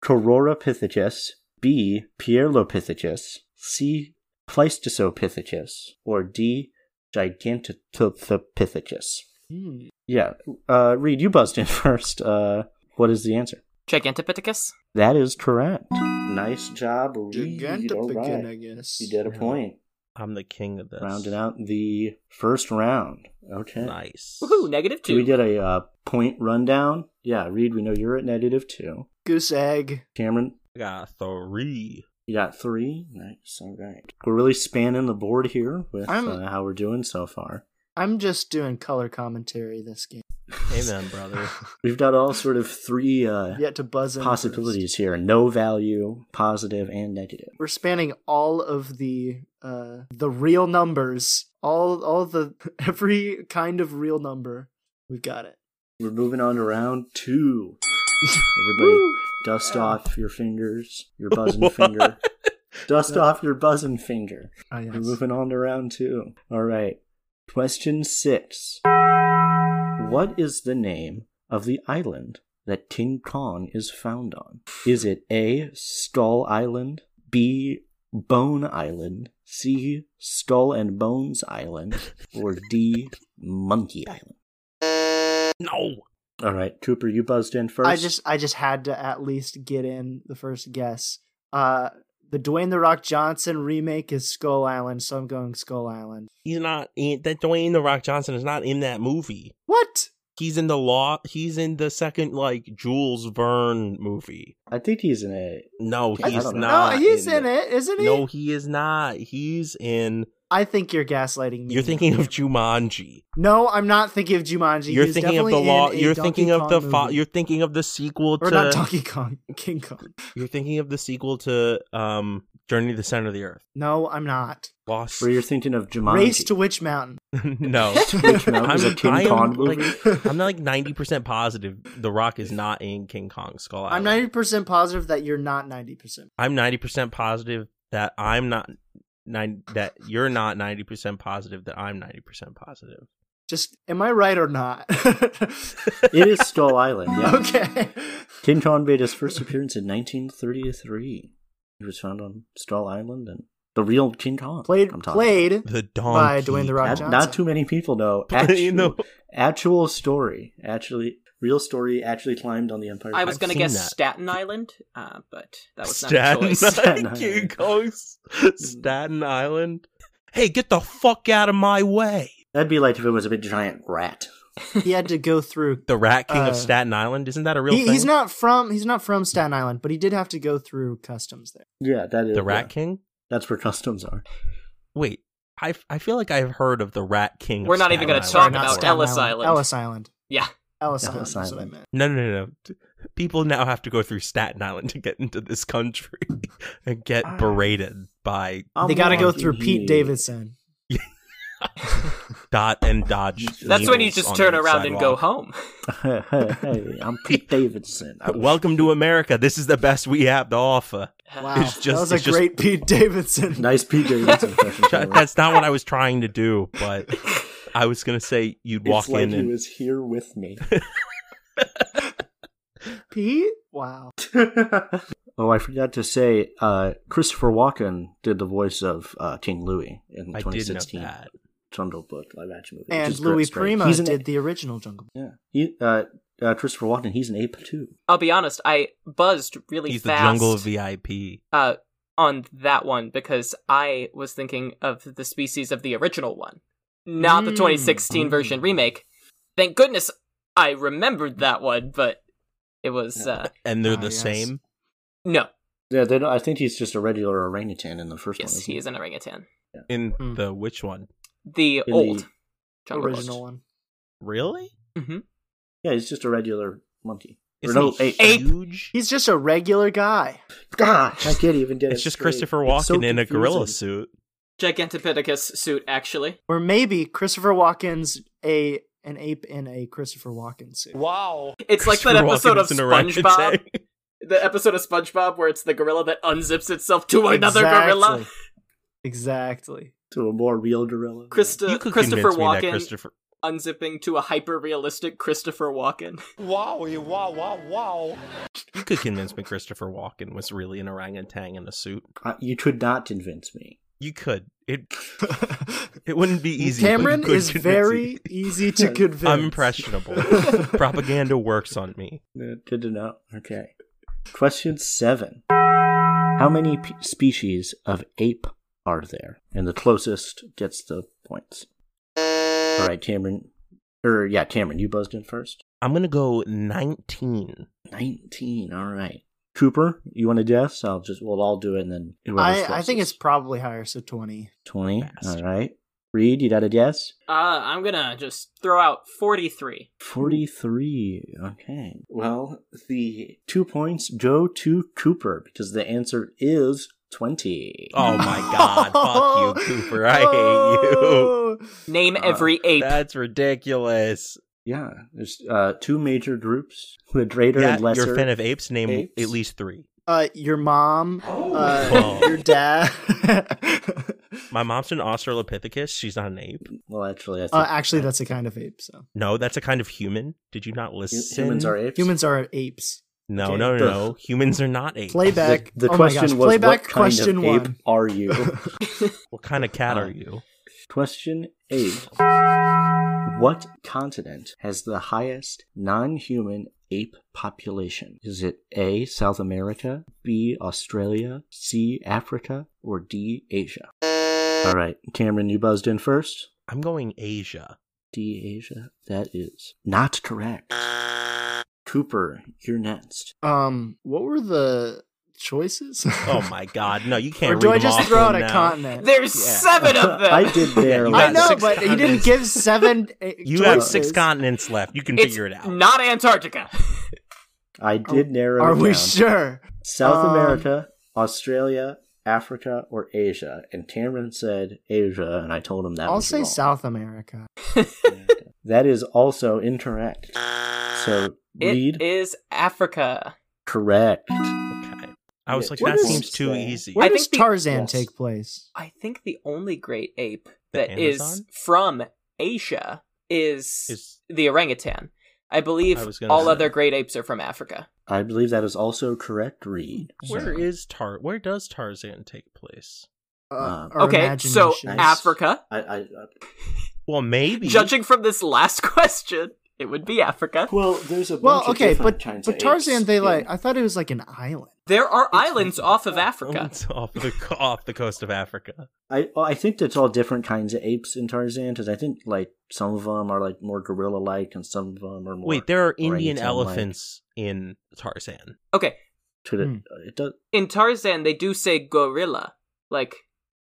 [SPEAKER 2] Coropithecus, B, Pierlopithecus, C, Pleistocopithecus, or D, Gigantopithecus?
[SPEAKER 1] Hmm.
[SPEAKER 2] Yeah, uh, Reed, you buzzed in first. Uh, what is the answer?
[SPEAKER 4] Gigantopithecus?
[SPEAKER 2] That is correct. Nice job, Reed. All
[SPEAKER 1] Gigantopican, I
[SPEAKER 2] right.
[SPEAKER 1] guess.
[SPEAKER 2] You did a point.
[SPEAKER 3] I'm the king of this.
[SPEAKER 2] Rounding out the first round. Okay.
[SPEAKER 3] Nice.
[SPEAKER 4] Woohoo, negative
[SPEAKER 2] So
[SPEAKER 4] two.
[SPEAKER 2] we did a uh, point rundown. Yeah, Reed, we know you're at negative two.
[SPEAKER 1] Goose egg.
[SPEAKER 2] Cameron,
[SPEAKER 3] I got three.
[SPEAKER 2] you got three. Nice. All right. We're really spanning the board here with
[SPEAKER 1] I'm-
[SPEAKER 2] uh, how we're doing so far.
[SPEAKER 1] I'm just doing color commentary this game.
[SPEAKER 3] Amen, brother.
[SPEAKER 2] We've got all sort of three uh,
[SPEAKER 1] Yet to buzz in.
[SPEAKER 2] possibilities here no value, positive, and negative.
[SPEAKER 1] we We're spanning all of the uh the real numbers all all the every kind of real number. We've got it.
[SPEAKER 2] We're moving on to round two. Everybody, dust
[SPEAKER 1] Yeah.
[SPEAKER 2] off your fingers, your buzzing
[SPEAKER 3] What?
[SPEAKER 2] finger. Dust off your buzzing finger.
[SPEAKER 1] Ah, yes.
[SPEAKER 2] We're moving on to round two. All right. Question six What is the name of the island that Tin Kong is found on? Is it A. Skull Island, B. Bone Island, C. Skull and Bones Island, or D. Monkey Island?
[SPEAKER 3] No.
[SPEAKER 2] All right, Cooper, you buzzed in first.
[SPEAKER 1] I just I just had to at least get in the first guess. Uh the Dwayne the Rock Johnson remake is Skull Island, so I'm going Skull Island.
[SPEAKER 3] He's not in that Dwayne the Rock Johnson is not in that movie.
[SPEAKER 1] What?
[SPEAKER 3] He's in the law he's in the second like Jules Verne movie.
[SPEAKER 2] I think he's in a.
[SPEAKER 3] No,
[SPEAKER 2] I
[SPEAKER 3] he's
[SPEAKER 2] don't know.
[SPEAKER 3] not.
[SPEAKER 1] no, he's in
[SPEAKER 3] the-
[SPEAKER 1] it, isn't he?
[SPEAKER 3] No, he is not. He's in
[SPEAKER 1] I think you're gaslighting me.
[SPEAKER 3] You're
[SPEAKER 2] Mm-hmm.
[SPEAKER 3] thinking of Jumanji.
[SPEAKER 1] No, I'm not thinking of Jumanji.
[SPEAKER 3] You're
[SPEAKER 1] He's
[SPEAKER 3] thinking of the
[SPEAKER 1] definitely
[SPEAKER 3] law.
[SPEAKER 1] in a
[SPEAKER 3] You're
[SPEAKER 1] Donkey
[SPEAKER 3] thinking of
[SPEAKER 1] Kong
[SPEAKER 3] the
[SPEAKER 1] movie.
[SPEAKER 3] fo- you're thinking of the sequel
[SPEAKER 1] or not
[SPEAKER 3] to
[SPEAKER 1] Donkey Kong, King Kong.
[SPEAKER 3] You're thinking of the sequel to um Journey to the Center of the Earth.
[SPEAKER 1] No, I'm not.
[SPEAKER 3] Lost.
[SPEAKER 2] Or you're thinking of Jumanji.
[SPEAKER 1] Race to Witch Mountain.
[SPEAKER 3] no.
[SPEAKER 2] Which one was a
[SPEAKER 3] I'm-
[SPEAKER 2] King
[SPEAKER 3] I am,
[SPEAKER 2] Kong
[SPEAKER 3] like-
[SPEAKER 2] movie?
[SPEAKER 3] I'm not like 90% positive The Rock is not in King Kong Skull
[SPEAKER 1] I'm
[SPEAKER 3] Island.
[SPEAKER 1] 90% positive that you're not 90%.
[SPEAKER 3] I'm 90% positive that I'm not nine that you're not 90% positive that I'm 90% positive.
[SPEAKER 1] Just am I right or not?
[SPEAKER 2] it is Skull Island. Yeah.
[SPEAKER 1] okay.
[SPEAKER 2] King Kong made his first appearance in 1933. He was found on Skull Island and the real King Kong.
[SPEAKER 1] Played
[SPEAKER 2] I'm talking
[SPEAKER 1] played
[SPEAKER 3] The Donkey.
[SPEAKER 1] by Dwayne the Rock
[SPEAKER 2] about.
[SPEAKER 1] Johnson.
[SPEAKER 2] Not, not too many people know. Actual,
[SPEAKER 3] You know-
[SPEAKER 2] actual story. Actually, real story. Actually climbed on the Empire.
[SPEAKER 4] I was
[SPEAKER 3] I've
[SPEAKER 4] gonna
[SPEAKER 3] seen
[SPEAKER 4] guess
[SPEAKER 3] that.
[SPEAKER 4] Staten Island, uh, but that was not a
[SPEAKER 3] Staten,
[SPEAKER 4] choice.
[SPEAKER 2] Staten
[SPEAKER 3] Island.
[SPEAKER 2] Island.
[SPEAKER 3] King Kong's Staten Island. Hey, get the fuck out of my way.
[SPEAKER 2] That'd be like if it was a big giant rat.
[SPEAKER 1] he had to go through.
[SPEAKER 3] The Rat King
[SPEAKER 1] Uh,
[SPEAKER 3] of Staten Island. Isn't that a real
[SPEAKER 1] He,
[SPEAKER 3] thing?
[SPEAKER 1] he's not from he's not from Staten Island, but he did have to go through customs there.
[SPEAKER 2] Yeah, that is
[SPEAKER 3] the Rat
[SPEAKER 2] yeah.
[SPEAKER 3] King?
[SPEAKER 2] That's where customs are.
[SPEAKER 3] Wait. I, I feel like I've heard of the Rat King. of
[SPEAKER 4] We're not
[SPEAKER 3] Staten
[SPEAKER 4] even gonna
[SPEAKER 3] Island.
[SPEAKER 4] talk
[SPEAKER 1] not
[SPEAKER 4] about
[SPEAKER 1] Staten
[SPEAKER 4] Ellis Island.
[SPEAKER 1] Ellis Island.
[SPEAKER 4] yeah,
[SPEAKER 1] Ellis,
[SPEAKER 2] Ellis
[SPEAKER 1] Island, is what I
[SPEAKER 2] Island.
[SPEAKER 1] meant.
[SPEAKER 3] No, no, no, no. People now have to go through Staten Island to get into this country and get
[SPEAKER 2] Ah.
[SPEAKER 3] berated by
[SPEAKER 1] they got to go
[SPEAKER 2] Monkey.
[SPEAKER 1] through Pete Davidson.
[SPEAKER 3] dot and dodge.
[SPEAKER 4] that's when you
[SPEAKER 3] needles on
[SPEAKER 4] just turn
[SPEAKER 3] the
[SPEAKER 4] around and go
[SPEAKER 3] sidewalk.
[SPEAKER 4] home.
[SPEAKER 2] hey, hey, I'm Pete Davidson. I was-
[SPEAKER 3] Welcome to America. This is the best we have to offer.
[SPEAKER 1] Wow,
[SPEAKER 3] It's
[SPEAKER 1] that
[SPEAKER 3] just-
[SPEAKER 1] was a
[SPEAKER 3] it's just-
[SPEAKER 1] great Pete Davidson.
[SPEAKER 2] Nice Pete Davidson impression.
[SPEAKER 3] Ch-
[SPEAKER 2] Taylor.
[SPEAKER 3] That's not what I was trying to do, but I was gonna say you'd walk
[SPEAKER 2] it's like
[SPEAKER 3] in
[SPEAKER 2] he
[SPEAKER 3] and
[SPEAKER 2] was here with me.
[SPEAKER 1] Pete, wow.
[SPEAKER 2] oh, I forgot to say, uh, Christopher Walken did the voice of uh, King Louis in
[SPEAKER 3] I did know
[SPEAKER 2] 2016
[SPEAKER 3] that.
[SPEAKER 2] Jungle Book live action movie. which
[SPEAKER 1] And
[SPEAKER 2] is great,
[SPEAKER 1] Louis
[SPEAKER 2] it's great.
[SPEAKER 1] Prima
[SPEAKER 2] He's an
[SPEAKER 1] did the original Jungle. Book.
[SPEAKER 2] yeah. He, uh, uh, Christopher Walken, he's an ape too.
[SPEAKER 4] I'll be honest, I buzzed really
[SPEAKER 3] He's the
[SPEAKER 4] fast
[SPEAKER 3] jungle VIP.
[SPEAKER 4] uh, on that one because I was thinking of the species of the original one, not
[SPEAKER 3] Hmm.
[SPEAKER 4] the
[SPEAKER 1] Mm.
[SPEAKER 4] 2016
[SPEAKER 2] Mm.
[SPEAKER 4] version remake. Thank goodness I remembered that one, but it was
[SPEAKER 2] Yeah.
[SPEAKER 4] uh,
[SPEAKER 3] And they're
[SPEAKER 1] Ah,
[SPEAKER 3] the
[SPEAKER 1] yes.
[SPEAKER 3] same.
[SPEAKER 4] no.
[SPEAKER 2] Yeah, they don't, I think he's just a regular orangutan in the first one.
[SPEAKER 4] Yes,
[SPEAKER 2] isn't
[SPEAKER 4] he is an orangutan.
[SPEAKER 3] In
[SPEAKER 1] Hmm.
[SPEAKER 3] the which one?
[SPEAKER 4] The
[SPEAKER 2] In
[SPEAKER 4] old
[SPEAKER 2] the
[SPEAKER 4] jungle
[SPEAKER 1] original
[SPEAKER 4] book.
[SPEAKER 1] one.
[SPEAKER 3] Really?
[SPEAKER 2] Yeah, he's just a regular monkey. Or
[SPEAKER 3] Isn't
[SPEAKER 2] no,
[SPEAKER 3] he
[SPEAKER 2] ape.
[SPEAKER 4] Ape.
[SPEAKER 3] huge?
[SPEAKER 1] He's just a regular guy.
[SPEAKER 2] Gosh, I can't even get it.
[SPEAKER 3] It's just
[SPEAKER 2] straight.
[SPEAKER 3] Christopher
[SPEAKER 2] It's so
[SPEAKER 3] Walken in a gorilla
[SPEAKER 2] confusing.
[SPEAKER 3] suit.
[SPEAKER 4] Gigantopithecus suit, actually.
[SPEAKER 1] Or maybe Christopher Walken's a an ape in a Christopher Walken suit.
[SPEAKER 4] It's like that
[SPEAKER 3] Christopher
[SPEAKER 4] episode
[SPEAKER 3] Walken's
[SPEAKER 4] of
[SPEAKER 3] an orangutan.
[SPEAKER 4] SpongeBob. The episode of SpongeBob where it's the gorilla that unzips itself to another gorilla.
[SPEAKER 1] Exactly.
[SPEAKER 2] To a more real gorilla.
[SPEAKER 4] Christa-
[SPEAKER 3] You could
[SPEAKER 4] Christopher
[SPEAKER 3] convince me
[SPEAKER 4] Walken
[SPEAKER 3] that Christopher.
[SPEAKER 4] unzipping to a hyper realistic Christopher Walken.
[SPEAKER 3] You could convince me Christopher Walken was really an orangutan in a suit.
[SPEAKER 2] Uh, you could not convince me.
[SPEAKER 3] You could. It it wouldn't be easy. but you
[SPEAKER 1] Cameron
[SPEAKER 3] could
[SPEAKER 1] is
[SPEAKER 3] convince
[SPEAKER 1] very
[SPEAKER 3] me.
[SPEAKER 1] easy to convince.
[SPEAKER 3] I'm impressionable. Propaganda works on me.
[SPEAKER 2] Yeah, Good to know. Okay. Question seven. How many p- species of ape are there? And the closest gets the points. All right, Cameron. Or, yeah, Cameron, you buzzed in first.
[SPEAKER 3] I'm gonna go 19.
[SPEAKER 2] 19. All right. Cooper, you want to guess? I'll just, we'll all do it and then. whoever's
[SPEAKER 1] I, I think it's
[SPEAKER 2] closest.
[SPEAKER 1] probably higher, so 20.
[SPEAKER 2] 20. All
[SPEAKER 3] Bastard.
[SPEAKER 2] right. Reed, you got a guess?
[SPEAKER 4] Uh, I'm gonna just throw out 43.
[SPEAKER 2] 43. Okay. Well, the two points go to Cooper because the answer is 20.
[SPEAKER 3] Oh my god, fuck you, Cooper. I hate
[SPEAKER 1] Oh.
[SPEAKER 4] Name
[SPEAKER 2] Uh,
[SPEAKER 4] every
[SPEAKER 3] you.
[SPEAKER 4] ape.
[SPEAKER 3] That's ridiculous.
[SPEAKER 2] Yeah, there's uh, two major groups, the greater
[SPEAKER 3] That-
[SPEAKER 2] and lesser.
[SPEAKER 3] You're a fan of apes? Name
[SPEAKER 2] apes.
[SPEAKER 3] at least three.
[SPEAKER 1] Uh, your mom, uh,
[SPEAKER 3] Oh.
[SPEAKER 1] your dad.
[SPEAKER 3] My mom's an Australopithecus. She's not an ape.
[SPEAKER 2] well, actually, I think
[SPEAKER 1] uh, actually, that's a kind of ape. So
[SPEAKER 3] No, that's a kind of human. Did you not
[SPEAKER 2] hu-
[SPEAKER 3] listen?
[SPEAKER 2] humans are apes.
[SPEAKER 1] humans are apes.
[SPEAKER 3] No,
[SPEAKER 1] Okay.
[SPEAKER 3] no, no,
[SPEAKER 2] Ugh.
[SPEAKER 3] no. Humans are not apes.
[SPEAKER 2] The,
[SPEAKER 1] Playback.
[SPEAKER 2] the
[SPEAKER 1] oh
[SPEAKER 2] question
[SPEAKER 1] my gosh.
[SPEAKER 2] was,
[SPEAKER 1] Playback.
[SPEAKER 2] what kind
[SPEAKER 1] question
[SPEAKER 2] of
[SPEAKER 1] one.
[SPEAKER 2] ape are you?
[SPEAKER 3] What kind of cat
[SPEAKER 2] Uh,
[SPEAKER 1] Oh.
[SPEAKER 3] are you?
[SPEAKER 2] question eight. What continent has the highest non-human ape population? Is it A, South America, B, Australia, C, Africa, or D, Asia? All right, Cameron, you buzzed in first.
[SPEAKER 3] I'm going Asia.
[SPEAKER 2] D Asia. That is not correct. Cooper, you're next.
[SPEAKER 1] Um, what were the choices?
[SPEAKER 3] Oh my god. No, you
[SPEAKER 1] or
[SPEAKER 3] can't
[SPEAKER 1] do
[SPEAKER 3] read
[SPEAKER 1] I
[SPEAKER 3] them
[SPEAKER 1] just
[SPEAKER 3] off
[SPEAKER 1] throw out
[SPEAKER 3] them
[SPEAKER 1] a
[SPEAKER 3] now.
[SPEAKER 1] continent?
[SPEAKER 4] There's seven of them.
[SPEAKER 2] I did there.
[SPEAKER 3] Yeah, you
[SPEAKER 1] I
[SPEAKER 3] got
[SPEAKER 1] know,
[SPEAKER 3] six
[SPEAKER 1] but you didn't
[SPEAKER 3] continents.
[SPEAKER 1] give seven. eh,
[SPEAKER 3] You have six
[SPEAKER 1] choices.
[SPEAKER 3] continents left. You can
[SPEAKER 4] It's
[SPEAKER 3] figure it out.
[SPEAKER 4] Not Antarctica.
[SPEAKER 2] I did narrow
[SPEAKER 1] Are
[SPEAKER 2] it
[SPEAKER 1] we
[SPEAKER 2] down.
[SPEAKER 1] sure?
[SPEAKER 2] South
[SPEAKER 1] Um,
[SPEAKER 2] America, Australia, Africa, or Asia? And Cameron said Asia, and I told him that
[SPEAKER 1] I'll
[SPEAKER 2] was
[SPEAKER 1] say
[SPEAKER 2] wrong.
[SPEAKER 1] South America.
[SPEAKER 2] That is also incorrect. So
[SPEAKER 4] It is
[SPEAKER 2] Reed,
[SPEAKER 4] Africa.
[SPEAKER 2] correct.
[SPEAKER 3] Okay. I was
[SPEAKER 2] Yeah,
[SPEAKER 3] like,
[SPEAKER 1] what
[SPEAKER 3] that
[SPEAKER 1] is-
[SPEAKER 3] seems too easy.
[SPEAKER 1] Where
[SPEAKER 4] I
[SPEAKER 1] does
[SPEAKER 4] think the-
[SPEAKER 1] Tarzan
[SPEAKER 2] Yes.
[SPEAKER 1] take place?
[SPEAKER 4] I think the only great ape
[SPEAKER 3] The
[SPEAKER 4] that is
[SPEAKER 3] Amazon?
[SPEAKER 4] from Asia is,
[SPEAKER 3] Is-
[SPEAKER 4] the orangutan. I believe
[SPEAKER 3] I was gonna
[SPEAKER 4] all
[SPEAKER 3] say.
[SPEAKER 4] other great apes are from Africa.
[SPEAKER 2] I believe that is also correct, Reed.
[SPEAKER 3] Where
[SPEAKER 2] So
[SPEAKER 3] is Tar? Where does Tarzan take place?
[SPEAKER 1] Uh,
[SPEAKER 2] Um,
[SPEAKER 1] our
[SPEAKER 4] okay, so
[SPEAKER 1] imaginations.
[SPEAKER 2] Nice.
[SPEAKER 4] Africa.
[SPEAKER 2] I, I, I,
[SPEAKER 3] Well, maybe.
[SPEAKER 4] Judging from this last question, it would be Africa.
[SPEAKER 2] well, there's a bunch
[SPEAKER 1] Well,
[SPEAKER 2] of
[SPEAKER 1] okay,
[SPEAKER 2] different
[SPEAKER 1] but
[SPEAKER 2] kinds
[SPEAKER 1] but
[SPEAKER 2] of
[SPEAKER 1] Tarzan,
[SPEAKER 2] apes
[SPEAKER 1] they
[SPEAKER 2] in-
[SPEAKER 1] like. I thought it was like an island.
[SPEAKER 4] There are islands off of Africa.
[SPEAKER 3] It's off the off the coast of Africa.
[SPEAKER 2] I I think that's all different kinds of apes in Tarzan because I think like some of them are like more gorilla like and some of them are more.
[SPEAKER 3] Wait, there are Indian
[SPEAKER 2] orangutan-like.
[SPEAKER 3] elephants in Tarzan.
[SPEAKER 4] Okay,
[SPEAKER 2] To the,
[SPEAKER 1] Hmm.
[SPEAKER 2] it does,
[SPEAKER 4] in Tarzan they do say gorilla. Like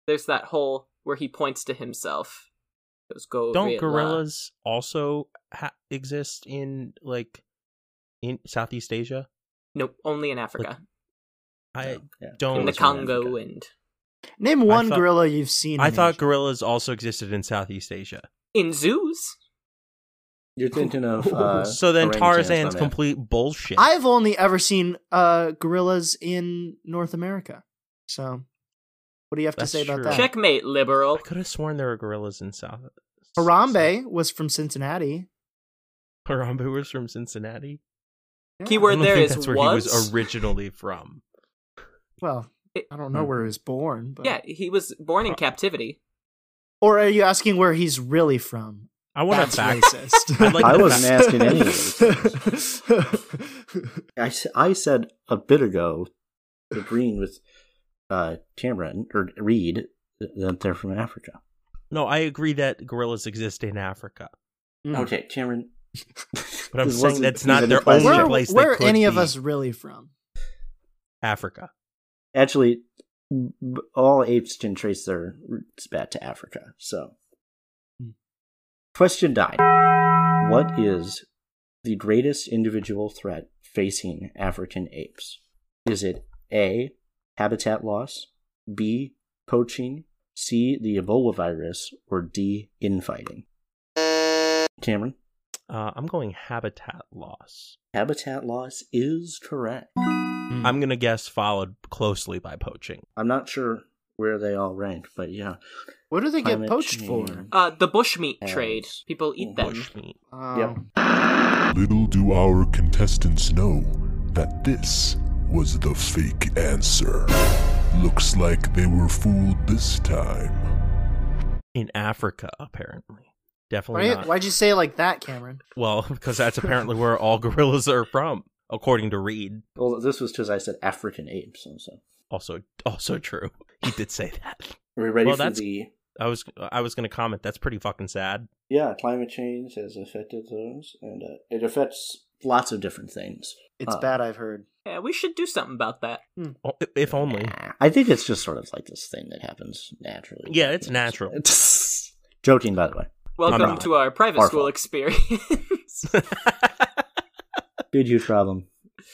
[SPEAKER 4] there's that whole where he points to himself. It goes gorilla.
[SPEAKER 3] Don't gorillas also ha- exist in like in Southeast Asia?
[SPEAKER 4] Nope, only in Africa.
[SPEAKER 3] I
[SPEAKER 2] yeah, yeah.
[SPEAKER 3] don't-
[SPEAKER 4] in the
[SPEAKER 3] gorillas
[SPEAKER 4] Congo and
[SPEAKER 1] Name one
[SPEAKER 3] thought-
[SPEAKER 1] gorilla you've seen.
[SPEAKER 3] I
[SPEAKER 1] in
[SPEAKER 3] thought
[SPEAKER 1] Asia.
[SPEAKER 3] gorillas also existed in Southeast Asia.
[SPEAKER 4] in zoos.
[SPEAKER 2] You're thinking of uh,
[SPEAKER 3] so then
[SPEAKER 2] orangutans,
[SPEAKER 3] Tarzan's
[SPEAKER 2] my man.
[SPEAKER 3] complete bullshit.
[SPEAKER 1] I've only ever seen uh, gorillas in North America. So, what do you have
[SPEAKER 3] That's
[SPEAKER 1] to say
[SPEAKER 3] true.
[SPEAKER 1] about that?
[SPEAKER 4] Checkmate,
[SPEAKER 3] I
[SPEAKER 4] liberal.
[SPEAKER 3] could have sworn there were gorillas in South.
[SPEAKER 1] Harambe was from Cincinnati.
[SPEAKER 3] Harambe was from Cincinnati.
[SPEAKER 1] Yeah.
[SPEAKER 3] I
[SPEAKER 4] Keyword- Where
[SPEAKER 3] don't
[SPEAKER 4] there
[SPEAKER 3] think
[SPEAKER 4] is
[SPEAKER 3] that's where he
[SPEAKER 4] was?
[SPEAKER 3] was originally from.
[SPEAKER 1] Well,
[SPEAKER 4] It-
[SPEAKER 1] I
[SPEAKER 3] Hmm.
[SPEAKER 1] don't know where he was born, but
[SPEAKER 4] Yeah, he was born in captivity.
[SPEAKER 1] Or are you asking where he's really from?
[SPEAKER 3] I want
[SPEAKER 1] That's
[SPEAKER 3] to back.
[SPEAKER 1] racist.
[SPEAKER 3] I'd like
[SPEAKER 2] I
[SPEAKER 3] to
[SPEAKER 2] wasn't
[SPEAKER 3] back-
[SPEAKER 2] asking any of I, s- I said a bit ago, agreeing with uh, Cameron or Reed th- that they're from Africa.
[SPEAKER 3] No, I agree that gorillas exist in Africa,
[SPEAKER 1] Mm.
[SPEAKER 2] Okay, Cameron.
[SPEAKER 3] but I'm
[SPEAKER 2] This
[SPEAKER 3] saying
[SPEAKER 2] wasn't
[SPEAKER 3] that's not
[SPEAKER 2] even
[SPEAKER 3] their
[SPEAKER 2] a question.
[SPEAKER 3] only
[SPEAKER 1] Where,
[SPEAKER 3] place. they
[SPEAKER 1] where are
[SPEAKER 3] could
[SPEAKER 1] any of
[SPEAKER 3] be.
[SPEAKER 1] us really from?
[SPEAKER 3] Africa?
[SPEAKER 2] Actually, b- all apes can trace their roots back to Africa. So,
[SPEAKER 1] Hmm.
[SPEAKER 2] question nine: What is the greatest individual threat facing African apes? Is it A. Habitat loss, B. Poaching, C. The Ebola virus, or D. Infighting? Cameron,
[SPEAKER 3] Uh, I'm going habitat loss.
[SPEAKER 2] habitat loss is correct.
[SPEAKER 1] Hmm.
[SPEAKER 3] I'm gonna guess followed closely by poaching.
[SPEAKER 2] I'm not sure where they all rank, but yeah.
[SPEAKER 1] What do they get
[SPEAKER 2] Climate
[SPEAKER 1] poached for?
[SPEAKER 2] change.
[SPEAKER 4] Uh, the bushmeat
[SPEAKER 2] Yes.
[SPEAKER 4] trade. People eat them.
[SPEAKER 3] Bushmeat.
[SPEAKER 1] Oh.
[SPEAKER 2] Yep.
[SPEAKER 5] Little do our contestants know that this was the fake answer. Looks like they were fooled this time.
[SPEAKER 3] in Africa, apparently. Definitely
[SPEAKER 1] Why,
[SPEAKER 3] not.
[SPEAKER 1] why'd you say it like that, Cameron?
[SPEAKER 3] Well, because that's apparently where all gorillas are from, according to Reed.
[SPEAKER 2] Well, this was because I said African apes. So, so.
[SPEAKER 3] Also, also true. He did say that.
[SPEAKER 2] are we ready
[SPEAKER 3] Well,
[SPEAKER 2] for
[SPEAKER 3] that's-
[SPEAKER 2] the?
[SPEAKER 3] I was, I was gonna comment. That's pretty fucking sad.
[SPEAKER 2] Yeah, climate change has affected those, and uh, it affects lots of different things.
[SPEAKER 1] It's
[SPEAKER 2] Uh,
[SPEAKER 1] bad, I've heard.
[SPEAKER 4] Yeah, we should do something about that.
[SPEAKER 3] O- If only.
[SPEAKER 2] I think it's just sort of like this thing that happens naturally.
[SPEAKER 3] Yeah, it's natural.
[SPEAKER 2] Joking, by the way.
[SPEAKER 4] Welcome
[SPEAKER 3] not.
[SPEAKER 4] to our private
[SPEAKER 2] Our
[SPEAKER 4] school
[SPEAKER 2] fault.
[SPEAKER 4] experience.
[SPEAKER 2] Good huge problem.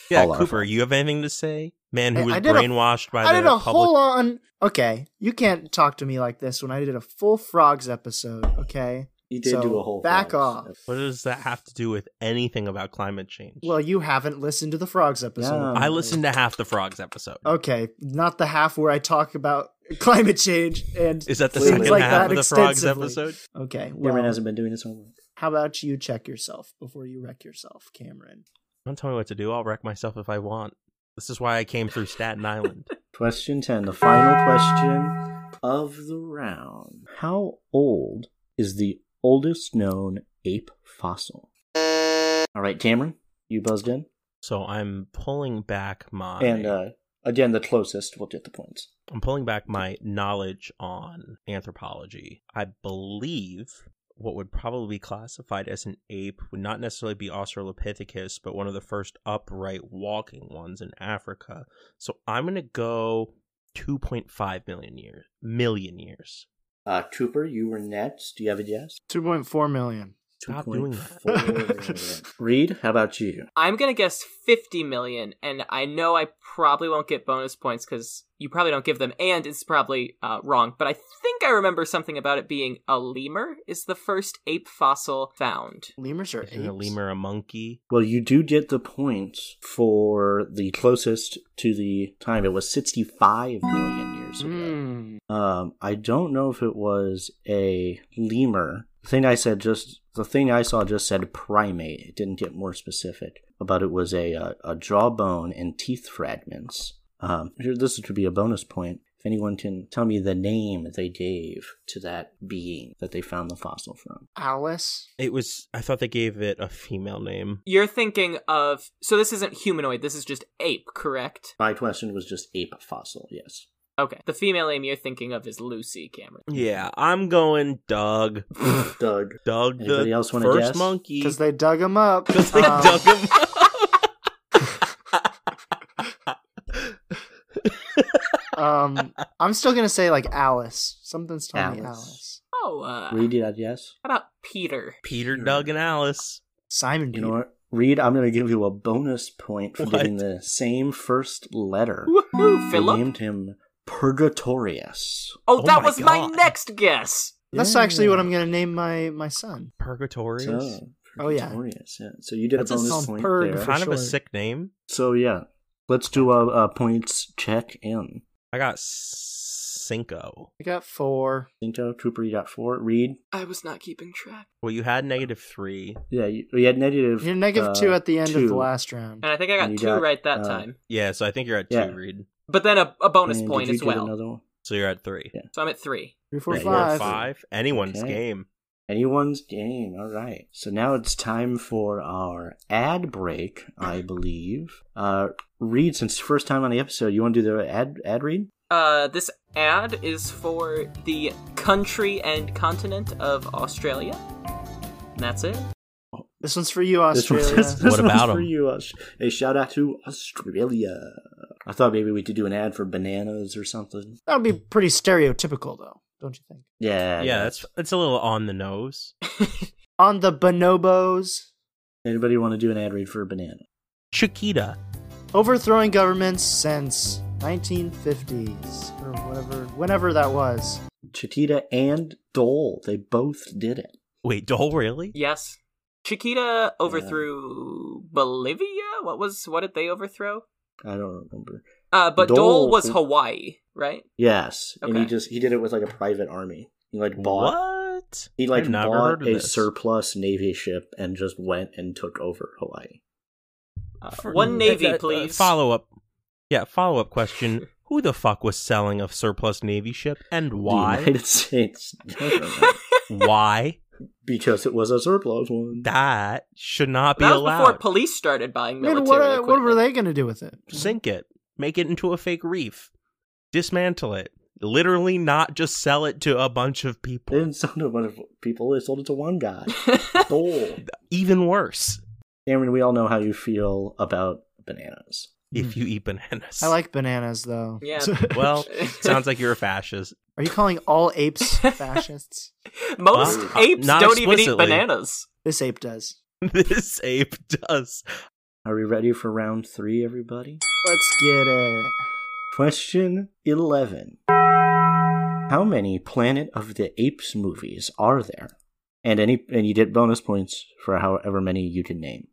[SPEAKER 3] Yeah,
[SPEAKER 2] All our
[SPEAKER 3] Cooper,
[SPEAKER 2] fault.
[SPEAKER 3] you have anything to say? Man
[SPEAKER 1] I-
[SPEAKER 3] who was
[SPEAKER 1] I did a-
[SPEAKER 3] brainwashed by
[SPEAKER 1] I
[SPEAKER 3] the
[SPEAKER 1] did a
[SPEAKER 3] public.
[SPEAKER 1] whole on. Okay, you can't talk to me like this when I did a full frogs episode. Okay,
[SPEAKER 2] He did
[SPEAKER 1] So,
[SPEAKER 2] do a whole
[SPEAKER 1] back
[SPEAKER 2] Frogs.
[SPEAKER 1] off.
[SPEAKER 3] What does that have to do with anything about climate change?
[SPEAKER 1] well um, you haven't listened to the frogs episode.
[SPEAKER 2] No.
[SPEAKER 3] I listened to half the frogs episode.
[SPEAKER 1] Okay, not the half where I talk about climate change and
[SPEAKER 3] Is that the
[SPEAKER 2] Clearly.
[SPEAKER 3] second
[SPEAKER 2] Like
[SPEAKER 3] half
[SPEAKER 1] that
[SPEAKER 3] of the frogs
[SPEAKER 1] extensively.
[SPEAKER 3] episode?
[SPEAKER 1] okay.
[SPEAKER 2] Cameron
[SPEAKER 1] Well,
[SPEAKER 2] hasn't been doing his homework.
[SPEAKER 1] how about you check yourself before you wreck yourself, Cameron?
[SPEAKER 3] Don't tell me what to do. I'll wreck myself if I want. This is why I came through Staten Island.
[SPEAKER 2] Question 10, the final question of the round. How old is the oldest known ape fossil? All right, Cameron, you buzzed in.
[SPEAKER 3] so I'm pulling back my
[SPEAKER 2] And uh, again, the closest will get the points.
[SPEAKER 3] I'm pulling back my knowledge on anthropology. I believe what would probably be classified as an ape would not necessarily be Australopithecus, but one of the first upright walking ones in Africa. So I'm gonna go 2.5 million years. Million years.
[SPEAKER 2] Uh, Cooper, you were next. Do you have a guess?
[SPEAKER 1] Two point four million.
[SPEAKER 3] Stop doing that.
[SPEAKER 2] 2.4 million. Reed, how about you?
[SPEAKER 4] I'm gonna guess 50 million, and I know I probably won't get bonus points because you probably don't give them, and it's probably uh, wrong. But I think I remember something about it being a lemur is the first ape fossil found.
[SPEAKER 1] Lemurs are
[SPEAKER 3] Isn't a
[SPEAKER 1] apes?
[SPEAKER 3] lemur a monkey?
[SPEAKER 2] Well, you do get the points for the closest to the time. It was 65 million years ago.
[SPEAKER 3] Hmm.
[SPEAKER 1] Mm.
[SPEAKER 2] Um, I don't know if it was a lemur. The thing I said just the thing I saw just said primate. It didn't get more specific, but it was a a, a jawbone and teeth fragments. Um, here- this should be a bonus point if anyone can tell me the name they gave to that being that they found the fossil from.
[SPEAKER 1] Alice.
[SPEAKER 3] It was I thought they gave it a female name.
[SPEAKER 4] You're thinking of so this isn't humanoid, this is just ape, correct?
[SPEAKER 2] My question was just ape fossil. Yes.
[SPEAKER 4] Okay. The female ape you're thinking of is Lucy Cameron.
[SPEAKER 3] Yeah, I'm going Doug.
[SPEAKER 2] Doug.
[SPEAKER 3] Doug
[SPEAKER 2] Anybody
[SPEAKER 3] the
[SPEAKER 2] else wanna
[SPEAKER 3] first
[SPEAKER 2] guess? Ah.
[SPEAKER 3] monkey.
[SPEAKER 1] Because they dug him up.
[SPEAKER 3] 'Cause they
[SPEAKER 1] Um,
[SPEAKER 3] dug him
[SPEAKER 1] Um, I'm still gonna say like Alice. Something's telling me
[SPEAKER 2] Alice.
[SPEAKER 1] Alice.
[SPEAKER 4] Oh, uh,
[SPEAKER 2] Reed, you had yes.
[SPEAKER 4] how about Peter?
[SPEAKER 3] Peter, Doug, and Alice.
[SPEAKER 1] Simon.
[SPEAKER 2] You
[SPEAKER 1] Peter.
[SPEAKER 2] know what, Reed? I'm gonna give you a bonus point for
[SPEAKER 3] What?
[SPEAKER 2] getting the same first letter.
[SPEAKER 4] Woohoo,
[SPEAKER 2] They
[SPEAKER 4] Philip!
[SPEAKER 2] named him Purgatorius.
[SPEAKER 4] Oh,
[SPEAKER 3] Oh
[SPEAKER 4] that
[SPEAKER 3] my
[SPEAKER 4] was my
[SPEAKER 3] God.
[SPEAKER 4] next guess.
[SPEAKER 1] That's actually what I'm gonna name my my son.
[SPEAKER 3] Purgatorious.
[SPEAKER 1] Oh, yeah.
[SPEAKER 2] Purgatorius. Yeah. So you did
[SPEAKER 3] That's
[SPEAKER 2] a
[SPEAKER 3] a
[SPEAKER 2] bonus
[SPEAKER 1] sound
[SPEAKER 2] point
[SPEAKER 1] purg
[SPEAKER 2] there.
[SPEAKER 1] for-
[SPEAKER 3] kind of a
[SPEAKER 1] sure.
[SPEAKER 3] sick name.
[SPEAKER 2] So yeah, let's do a, a points check in.
[SPEAKER 3] I got Cinco.
[SPEAKER 1] I got four.
[SPEAKER 2] Cinco, Cooper, you got four. Reed,
[SPEAKER 4] I was not keeping track.
[SPEAKER 3] Well, you had negative three.
[SPEAKER 2] yeah, you, you had negative.
[SPEAKER 1] You're negative
[SPEAKER 2] uh,
[SPEAKER 1] two at the end of
[SPEAKER 2] two.
[SPEAKER 1] the last round.
[SPEAKER 4] And I think I got
[SPEAKER 2] And you
[SPEAKER 4] two
[SPEAKER 2] got,
[SPEAKER 4] right that
[SPEAKER 2] uh,
[SPEAKER 4] time.
[SPEAKER 3] Yeah, so I think you're at
[SPEAKER 2] Yeah.
[SPEAKER 3] two, Reed.
[SPEAKER 4] But then a, a bonus
[SPEAKER 2] And
[SPEAKER 4] point
[SPEAKER 2] did
[SPEAKER 4] as
[SPEAKER 2] you get
[SPEAKER 4] well.
[SPEAKER 2] Another one?
[SPEAKER 3] So you're at three.
[SPEAKER 2] Yeah.
[SPEAKER 4] So I'm at three.
[SPEAKER 1] Three, four,
[SPEAKER 2] Yeah,
[SPEAKER 1] five.
[SPEAKER 2] you
[SPEAKER 3] You're
[SPEAKER 2] got
[SPEAKER 3] at five. Anyone's
[SPEAKER 2] Okay.
[SPEAKER 3] game.
[SPEAKER 2] Anyone's game. All right. So now it's time for our ad break, I believe. Uh, Reed, since it's first time on the episode, you want to do the ad ad read?
[SPEAKER 4] Uh, this ad is for the country and continent of Australia. And that's it.
[SPEAKER 1] This one's for you,
[SPEAKER 2] This one-
[SPEAKER 1] Australia.
[SPEAKER 2] this- this
[SPEAKER 3] What
[SPEAKER 2] one's
[SPEAKER 3] about 'em?
[SPEAKER 2] for you, Aus- a shout out to Australia. I thought maybe we could do an ad for bananas or something.
[SPEAKER 1] That would be pretty stereotypical, though, don't you think?
[SPEAKER 2] Yeah.
[SPEAKER 3] yeah, that's that's a little on the nose.
[SPEAKER 1] On the bonobos,
[SPEAKER 2] Anybody want to do an ad read for a banana?
[SPEAKER 3] Chiquita.
[SPEAKER 1] overthrowing governments since 1950s or whatever, whenever that was.
[SPEAKER 2] Chiquita and Dole, they both did it.
[SPEAKER 3] Wait, Dole really?
[SPEAKER 4] Yes. Chiquita overthrew Bolivia? What was what did they overthrow?
[SPEAKER 2] I don't remember.
[SPEAKER 4] Uh but Dole,
[SPEAKER 2] Dole-
[SPEAKER 4] was Hawaii, right?
[SPEAKER 2] Yes, and he
[SPEAKER 4] Okay.
[SPEAKER 2] just he did it with like a private army. He like bought
[SPEAKER 3] What?
[SPEAKER 2] He like
[SPEAKER 3] I've never
[SPEAKER 2] bought
[SPEAKER 3] heard of
[SPEAKER 2] a
[SPEAKER 3] this.
[SPEAKER 2] surplus navy ship and just went and took over Hawaii.
[SPEAKER 4] Uh,
[SPEAKER 3] Mm,
[SPEAKER 4] one navy, please.
[SPEAKER 3] follow up. Yeah, follow up question. Who the fuck was selling a surplus navy ship and
[SPEAKER 2] The
[SPEAKER 3] why?
[SPEAKER 2] United States government.
[SPEAKER 3] why?
[SPEAKER 2] because it was a surplus one.
[SPEAKER 3] That should not be
[SPEAKER 4] that was before
[SPEAKER 3] allowed.
[SPEAKER 4] police started buying
[SPEAKER 1] Man,
[SPEAKER 4] military
[SPEAKER 1] what, uh, what were
[SPEAKER 4] equipment.
[SPEAKER 1] they going to do with it?
[SPEAKER 3] sink it, make it into a fake reef, dismantle it, literally not just sell it to a bunch of
[SPEAKER 2] They
[SPEAKER 3] people.
[SPEAKER 2] didn't sell it to a bunch of people. They sold it to one guy. Dole.
[SPEAKER 3] Even worse,
[SPEAKER 2] Cameron, we all know how you feel about bananas.
[SPEAKER 3] if you eat bananas.
[SPEAKER 1] Hmm. I like bananas, though.
[SPEAKER 4] Yeah.
[SPEAKER 3] Well, sounds like you're a fascist.
[SPEAKER 1] Are you calling all apes fascists?
[SPEAKER 4] Most
[SPEAKER 3] Well, uh,
[SPEAKER 4] apes
[SPEAKER 3] not
[SPEAKER 4] don't even eat
[SPEAKER 3] explicitly.
[SPEAKER 4] bananas.
[SPEAKER 1] This ape does.
[SPEAKER 3] this ape does.
[SPEAKER 2] Are we ready for round three, everybody?
[SPEAKER 1] Let's get it.
[SPEAKER 2] Question 11 How many Planet of the Apes movies are there? And any and you get bonus points for however many you can name.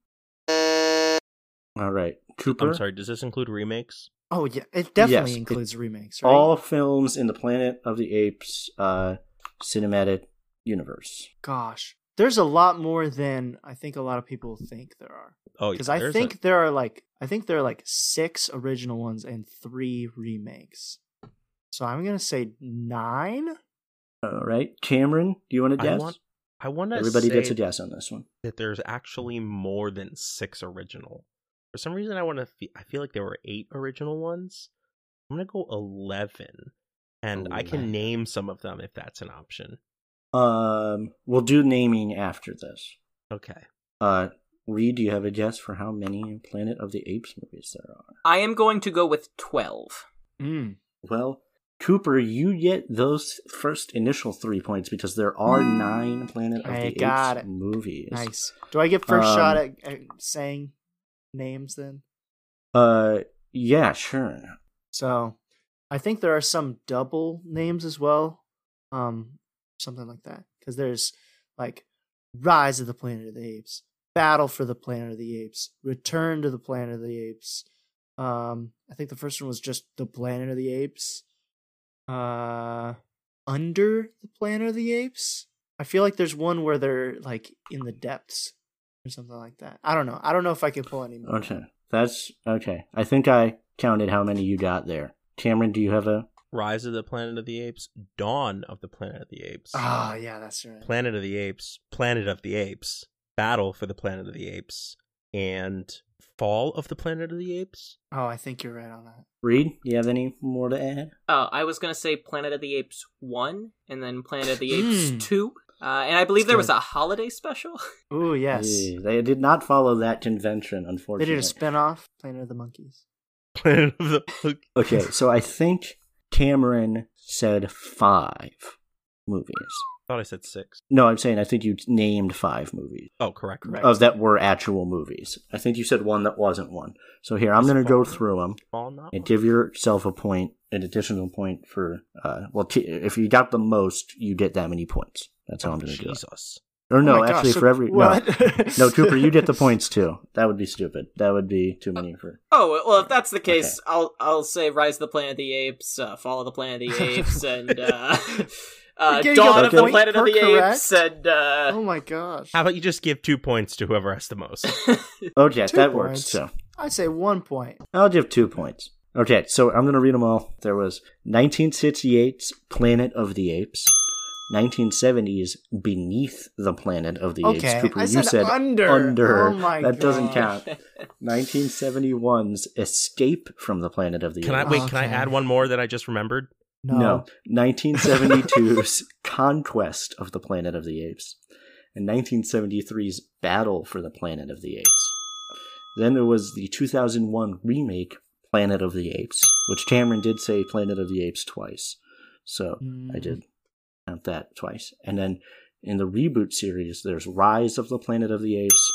[SPEAKER 2] All right, Cooper.
[SPEAKER 3] I'm sorry. Does this include remakes?
[SPEAKER 1] Oh yeah, it definitely
[SPEAKER 2] Yes, it-
[SPEAKER 1] includes remakes, right?
[SPEAKER 2] All films in the Planet of the Apes uh, cinematic universe.
[SPEAKER 1] Gosh, there's a lot more than I think a lot of people think there are.
[SPEAKER 3] Oh,
[SPEAKER 1] Because
[SPEAKER 3] yeah,
[SPEAKER 1] I
[SPEAKER 3] there's
[SPEAKER 1] think
[SPEAKER 3] a-
[SPEAKER 1] there are like I think there are like six original ones and three remakes. So I'm gonna say nine.
[SPEAKER 2] All right, Cameron, do you want to
[SPEAKER 3] I
[SPEAKER 2] guess?
[SPEAKER 3] want. I want to
[SPEAKER 2] Everybody
[SPEAKER 3] say
[SPEAKER 2] gets a guess on this one.
[SPEAKER 3] that there's
[SPEAKER 2] Mm.
[SPEAKER 3] actually more than six original. For some reason, I want to. Fe- I feel like there were eight original ones. I'm gonna go eleven, and I
[SPEAKER 2] Eleven.
[SPEAKER 3] can name some of them if that's an option.
[SPEAKER 2] Um, we'll do naming after this.
[SPEAKER 3] Okay.
[SPEAKER 2] Uh, Reed, do you have a guess for how many Planet of the Apes movies there are?
[SPEAKER 4] I am going to go with 12.
[SPEAKER 1] Mm.
[SPEAKER 2] Well, Cooper, you get those first initial three points because there are nine Planet of
[SPEAKER 1] I
[SPEAKER 2] the
[SPEAKER 1] got
[SPEAKER 2] Apes
[SPEAKER 1] it.
[SPEAKER 2] movies.
[SPEAKER 1] Nice. Do I get first
[SPEAKER 2] Um,
[SPEAKER 1] shot at, at saying names then?
[SPEAKER 2] Uh, yeah, sure.
[SPEAKER 1] So I think there are some double names as well. Um something like that. Because there's like Rise of the Planet of the Apes, Battle for the Planet of the Apes, Return to the Planet of the Apes. Um I think the first one was just the Planet of the Apes. Uh Under the Planet of the Apes? I feel like there's one where they're like in the depths or something like that. I don't know. I don't know if I can pull any more.
[SPEAKER 2] Okay, that's okay. I think I counted how many you got there. Cameron, do you have a?
[SPEAKER 3] Rise of the Planet of the Apes, Dawn of the Planet of the Apes,
[SPEAKER 1] Ah, yeah, that's right.
[SPEAKER 3] Planet of the Apes, Planet of the Apes, Battle for the Planet of the Apes, and Fall of the Planet of the Apes.
[SPEAKER 1] Oh, I think you're right on that.
[SPEAKER 2] Reed, do you have any more to add?
[SPEAKER 4] Uh, I was going to say Planet of the Apes 1 and then Planet of the
[SPEAKER 1] Mm.
[SPEAKER 4] Apes 2. Uh, and I believe there was
[SPEAKER 1] Good.
[SPEAKER 4] a holiday special.
[SPEAKER 1] Ooh, yes.
[SPEAKER 2] Eh, They did not follow that convention,
[SPEAKER 1] They
[SPEAKER 2] unfortunately.
[SPEAKER 1] did a spin-off, Planet of the Monkeys.
[SPEAKER 3] Planet of the
[SPEAKER 2] Okay, so I think Cameron said five movies.
[SPEAKER 3] thought I said six.
[SPEAKER 2] No, I'm saying I think you named five movies
[SPEAKER 3] Oh, correct. correct.
[SPEAKER 1] Correct.
[SPEAKER 2] of that were actual movies. I think you said one that wasn't one. So here, I'm
[SPEAKER 3] Is
[SPEAKER 2] going to go
[SPEAKER 3] Fall-
[SPEAKER 2] through them
[SPEAKER 3] Fall not
[SPEAKER 2] and
[SPEAKER 3] one.
[SPEAKER 2] give yourself a point, an additional point for. Uh, well, t- if you got the most, you get that many points. That's how I'm going to do it.
[SPEAKER 3] Jesus.
[SPEAKER 2] Or
[SPEAKER 1] Oh
[SPEAKER 2] no,
[SPEAKER 1] my gosh,
[SPEAKER 2] actually,
[SPEAKER 1] so
[SPEAKER 2] for every
[SPEAKER 1] what?
[SPEAKER 2] no, no, Cooper, you get the points too. That would be stupid. That would be too many for
[SPEAKER 4] Oh, well, if that's the case, I'll I'll say Rise of the Planet of the Apes, uh, Fall of the Planet of the Apes, and uh, uh,
[SPEAKER 1] You're getting
[SPEAKER 4] Dawn
[SPEAKER 2] a
[SPEAKER 4] of the
[SPEAKER 2] point
[SPEAKER 4] Planet of
[SPEAKER 1] per
[SPEAKER 4] the Apes,
[SPEAKER 1] correct?
[SPEAKER 4] and uh,
[SPEAKER 1] Oh my gosh.
[SPEAKER 3] How about you just give two points to whoever has the most?
[SPEAKER 1] Oh.
[SPEAKER 2] Okay,
[SPEAKER 1] Two
[SPEAKER 2] Oh, that
[SPEAKER 1] points.
[SPEAKER 2] works too.
[SPEAKER 1] I say one point.
[SPEAKER 2] I'll give two points. Okay, so I'm going to read them all. There was 1968's Planet of the Apes, 1970's Beneath the Planet of the
[SPEAKER 1] Okay,
[SPEAKER 2] Apes. Cooper,
[SPEAKER 1] I
[SPEAKER 2] you
[SPEAKER 1] said
[SPEAKER 2] said
[SPEAKER 1] under.
[SPEAKER 2] under.
[SPEAKER 1] Oh my
[SPEAKER 2] that doesn't
[SPEAKER 1] gosh.
[SPEAKER 2] count. 1971's Escape from the Planet of the
[SPEAKER 3] Can I
[SPEAKER 2] Apes.
[SPEAKER 3] wait? Can I
[SPEAKER 1] Okay.
[SPEAKER 3] add one more that I just remembered?
[SPEAKER 1] No.
[SPEAKER 2] No. 1972's Conquest of the Planet of the Apes. And 1973's Battle for the Planet of the Apes. Then there was the 2001 remake, Planet of the Apes, which Cameron did say Planet of the Apes twice. So
[SPEAKER 1] Mm.
[SPEAKER 2] I did
[SPEAKER 3] Mm-hmm.
[SPEAKER 2] count that twice. And then in the reboot series, there's Rise of the Planet of the Apes,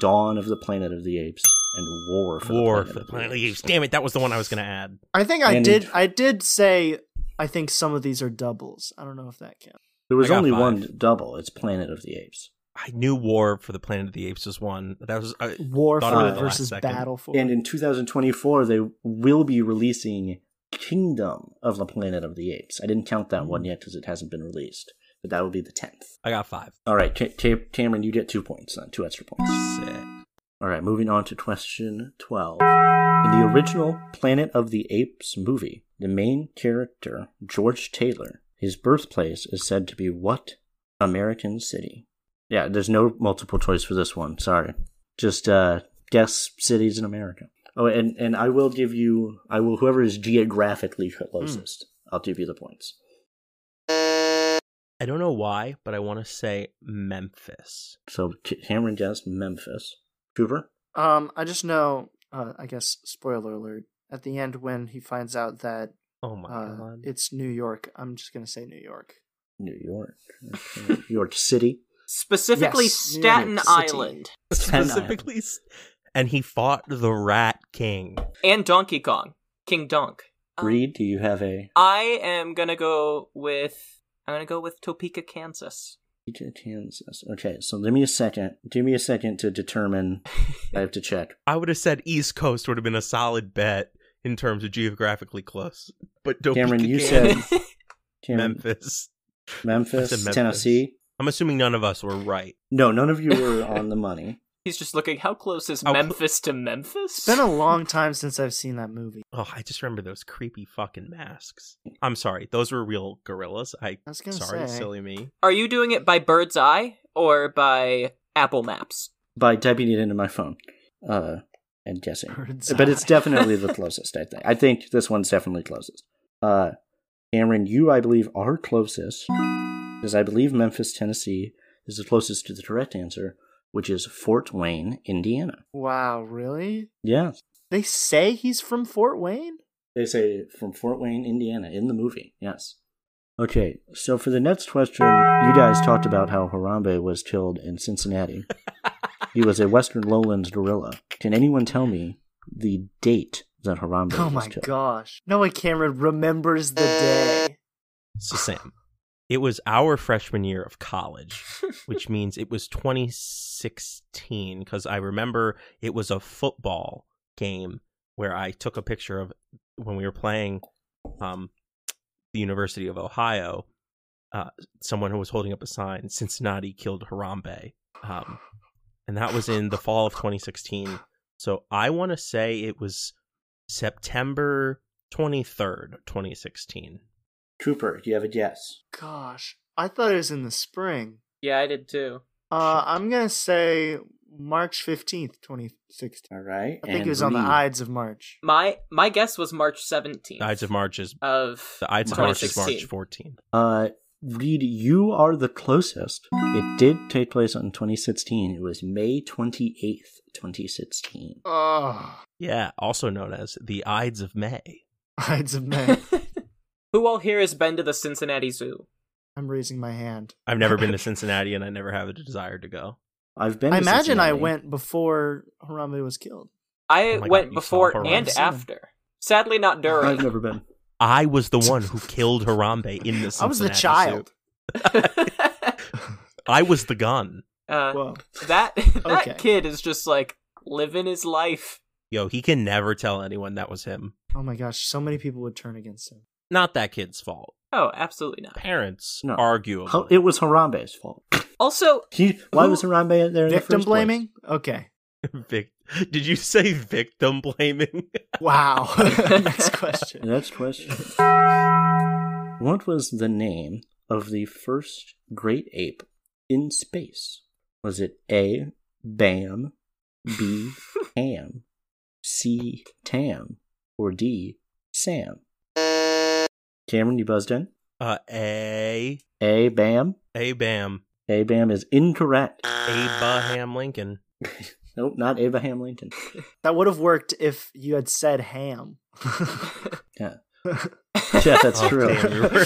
[SPEAKER 2] Dawn of the Planet of the Apes, and War for
[SPEAKER 3] War
[SPEAKER 2] the Planet,
[SPEAKER 3] for the Planet of the Apes. Damn it, that was the one I was going to add.
[SPEAKER 1] I think I
[SPEAKER 2] And-
[SPEAKER 1] did I did say I think some of these are doubles. I don't know if that counts.
[SPEAKER 2] There was
[SPEAKER 3] I got
[SPEAKER 2] only
[SPEAKER 3] five.
[SPEAKER 2] one double. It's Planet of the Apes.
[SPEAKER 3] I knew War for the Planet of the Apes was one. That was uh, I,
[SPEAKER 1] War
[SPEAKER 3] Thought
[SPEAKER 2] about
[SPEAKER 1] for
[SPEAKER 2] it the
[SPEAKER 3] last
[SPEAKER 1] versus
[SPEAKER 3] second.
[SPEAKER 1] battle for.
[SPEAKER 2] And in 2024, they will be releasing Kingdom of the Planet of the Apes. I didn't count that
[SPEAKER 3] Mm.
[SPEAKER 2] one yet because it hasn't been released, but that will be the 10th.
[SPEAKER 3] I got five.
[SPEAKER 2] All right, Ta Ta Cameron, you get two points then, two extra points.
[SPEAKER 3] Sick.
[SPEAKER 2] All right, moving on to question 12. In the original Planet of the Apes movie, the main character, George Taylor, his birthplace is said to be what American city? Yeah, there's no multiple choice for this one. Sorry. Just uh, guess cities in America. Oh, and, and I will give you, I will, whoever is geographically closest, I'll give you the points.
[SPEAKER 3] I don't know why, but I want to say Memphis.
[SPEAKER 2] So K- Cameron guessed Memphis. Cooper?
[SPEAKER 1] Um I just know uh, I guess spoiler alert at the end when he finds out that
[SPEAKER 3] Oh my
[SPEAKER 1] uh,
[SPEAKER 3] god.
[SPEAKER 1] it's New York. I'm just going to say New York.
[SPEAKER 2] New York. Okay. New York City.
[SPEAKER 4] specifically
[SPEAKER 1] Yes, New York
[SPEAKER 4] Staten
[SPEAKER 1] City.
[SPEAKER 4] Island.
[SPEAKER 3] Specifically, s- and he fought the Rat King.
[SPEAKER 4] and Donkey Kong, King Donk. Um,
[SPEAKER 2] Reed, do you have a
[SPEAKER 4] I am gonna go with I'm gonna go with Topeka, Kansas.
[SPEAKER 2] Kansas? Okay, so give me a second. Give me a second to determine. I have to check.
[SPEAKER 3] I would have said East Coast would have been a solid bet in terms of geographically close, but Topeka,
[SPEAKER 2] Cameron, you
[SPEAKER 3] Kansas,
[SPEAKER 2] said Cameron-
[SPEAKER 3] Memphis.
[SPEAKER 2] Memphis,
[SPEAKER 3] I said Memphis.
[SPEAKER 2] Tennessee.
[SPEAKER 3] I'm assuming none of us were right.
[SPEAKER 2] No, none of you were on the money.
[SPEAKER 4] He's just looking. How close is
[SPEAKER 3] How cl-
[SPEAKER 4] Memphis to Memphis?
[SPEAKER 1] It's been a long time since I've seen that movie.
[SPEAKER 3] Oh, I just remember those creepy fucking masks. I'm sorry, those were real gorillas. I,
[SPEAKER 1] I was gonna
[SPEAKER 3] sorry,
[SPEAKER 1] say.
[SPEAKER 3] silly me.
[SPEAKER 4] Are you doing it by bird's eye or by Apple Maps?
[SPEAKER 2] by typing it into my phone uh, and guessing.
[SPEAKER 1] Bird's
[SPEAKER 2] but it's
[SPEAKER 1] eye.
[SPEAKER 2] definitely the closest, I think. I think this one's definitely closest. Uh, Cameron, you, I believe, are closest, because I believe Memphis, Tennessee is the closest to the correct answer, which is Fort Wayne, Indiana.
[SPEAKER 1] Wow, really?
[SPEAKER 2] Yeah.
[SPEAKER 1] They say he's from Fort Wayne?
[SPEAKER 2] They say from Fort Wayne, Indiana, in the movie. Yes. Okay, so for the next question, you guys talked about how Harambe was killed in Cincinnati. he was a Western lowlands gorilla. Can anyone tell me the date that Harambe
[SPEAKER 1] Oh
[SPEAKER 2] was
[SPEAKER 1] my
[SPEAKER 2] killed?
[SPEAKER 1] gosh. No way Cameron remembers the day.
[SPEAKER 3] So Sam, it was our freshman year of college, which means it was 2016 because I remember it was a football game where I took a picture of when we were playing um, the University of Ohio. Uh, someone who was holding up a sign, Cincinnati killed Harambe, um, and that was in the fall of 2016. So I want to say it was September 23rd, 2016.
[SPEAKER 2] Cooper, do you have a guess?
[SPEAKER 1] Gosh. I thought it was in the spring.
[SPEAKER 4] Yeah, I did too.
[SPEAKER 1] Uh, I'm going to say March 15th, 2016.
[SPEAKER 2] All right.
[SPEAKER 1] I think
[SPEAKER 2] and
[SPEAKER 1] it was on the
[SPEAKER 2] Reed.
[SPEAKER 1] Ides of March.
[SPEAKER 4] My my guess was March seventeenth.
[SPEAKER 3] The Ides of March is
[SPEAKER 4] of
[SPEAKER 3] the Ides of March is March
[SPEAKER 4] 2016.
[SPEAKER 3] 14.
[SPEAKER 2] Uh, Reed, you are the closest. It did take place on 2016. It was May 28th, 2016.
[SPEAKER 1] Oh,
[SPEAKER 3] Yeah, also known as the Ides of May.
[SPEAKER 1] Ides of May.
[SPEAKER 4] Who all here has been to the Cincinnati Zoo?
[SPEAKER 1] I'm raising my hand.
[SPEAKER 3] I've never been to Cincinnati and I never have a desire to go.
[SPEAKER 2] I've been.
[SPEAKER 1] I
[SPEAKER 2] to
[SPEAKER 1] imagine I
[SPEAKER 2] Cincinnati.
[SPEAKER 1] went before Harambe was killed.
[SPEAKER 4] I
[SPEAKER 3] Oh my
[SPEAKER 4] went
[SPEAKER 3] God, you saw
[SPEAKER 4] before
[SPEAKER 3] Harambe.
[SPEAKER 4] and
[SPEAKER 1] I've seen him.
[SPEAKER 4] after. Sadly, not
[SPEAKER 2] I've
[SPEAKER 4] during.
[SPEAKER 2] never been.
[SPEAKER 3] I was the one who killed Harambe in the Cincinnati
[SPEAKER 1] I was the
[SPEAKER 3] Zoo.
[SPEAKER 1] child.
[SPEAKER 3] I was the gun.
[SPEAKER 4] uh,
[SPEAKER 1] Whoa.
[SPEAKER 4] that that
[SPEAKER 1] Okay.
[SPEAKER 4] kid is just like living his life.
[SPEAKER 3] Yo, he can never tell anyone that was him.
[SPEAKER 1] Oh my gosh, so many people would turn against him.
[SPEAKER 3] Not that kid's fault.
[SPEAKER 4] Oh, absolutely not.
[SPEAKER 3] Parents,
[SPEAKER 2] No.
[SPEAKER 3] arguable.
[SPEAKER 2] How- It was Harambe's fault.
[SPEAKER 4] Also,
[SPEAKER 2] He, why
[SPEAKER 4] Who-
[SPEAKER 2] was Harambe there? In the
[SPEAKER 1] Victim
[SPEAKER 2] first place?
[SPEAKER 1] blaming? Okay.
[SPEAKER 3] Vic- Did you say victim blaming?
[SPEAKER 1] Wow. Next
[SPEAKER 2] The
[SPEAKER 1] question.
[SPEAKER 2] Next question. What was the name of the first great ape in space? Was it A. Bam, B. Ham, C. Tam, or D. Sam? Cameron, you buzzed in.
[SPEAKER 3] uh, a.
[SPEAKER 2] A. Bam.
[SPEAKER 3] A. Bam.
[SPEAKER 2] A. Bam is incorrect.
[SPEAKER 3] Abraham Lincoln.
[SPEAKER 2] Nope, not Abraham Lincoln.
[SPEAKER 1] That would have worked if you had said ham.
[SPEAKER 2] Yeah. Jeff, that's
[SPEAKER 3] Oh,
[SPEAKER 2] true.
[SPEAKER 3] damn, you're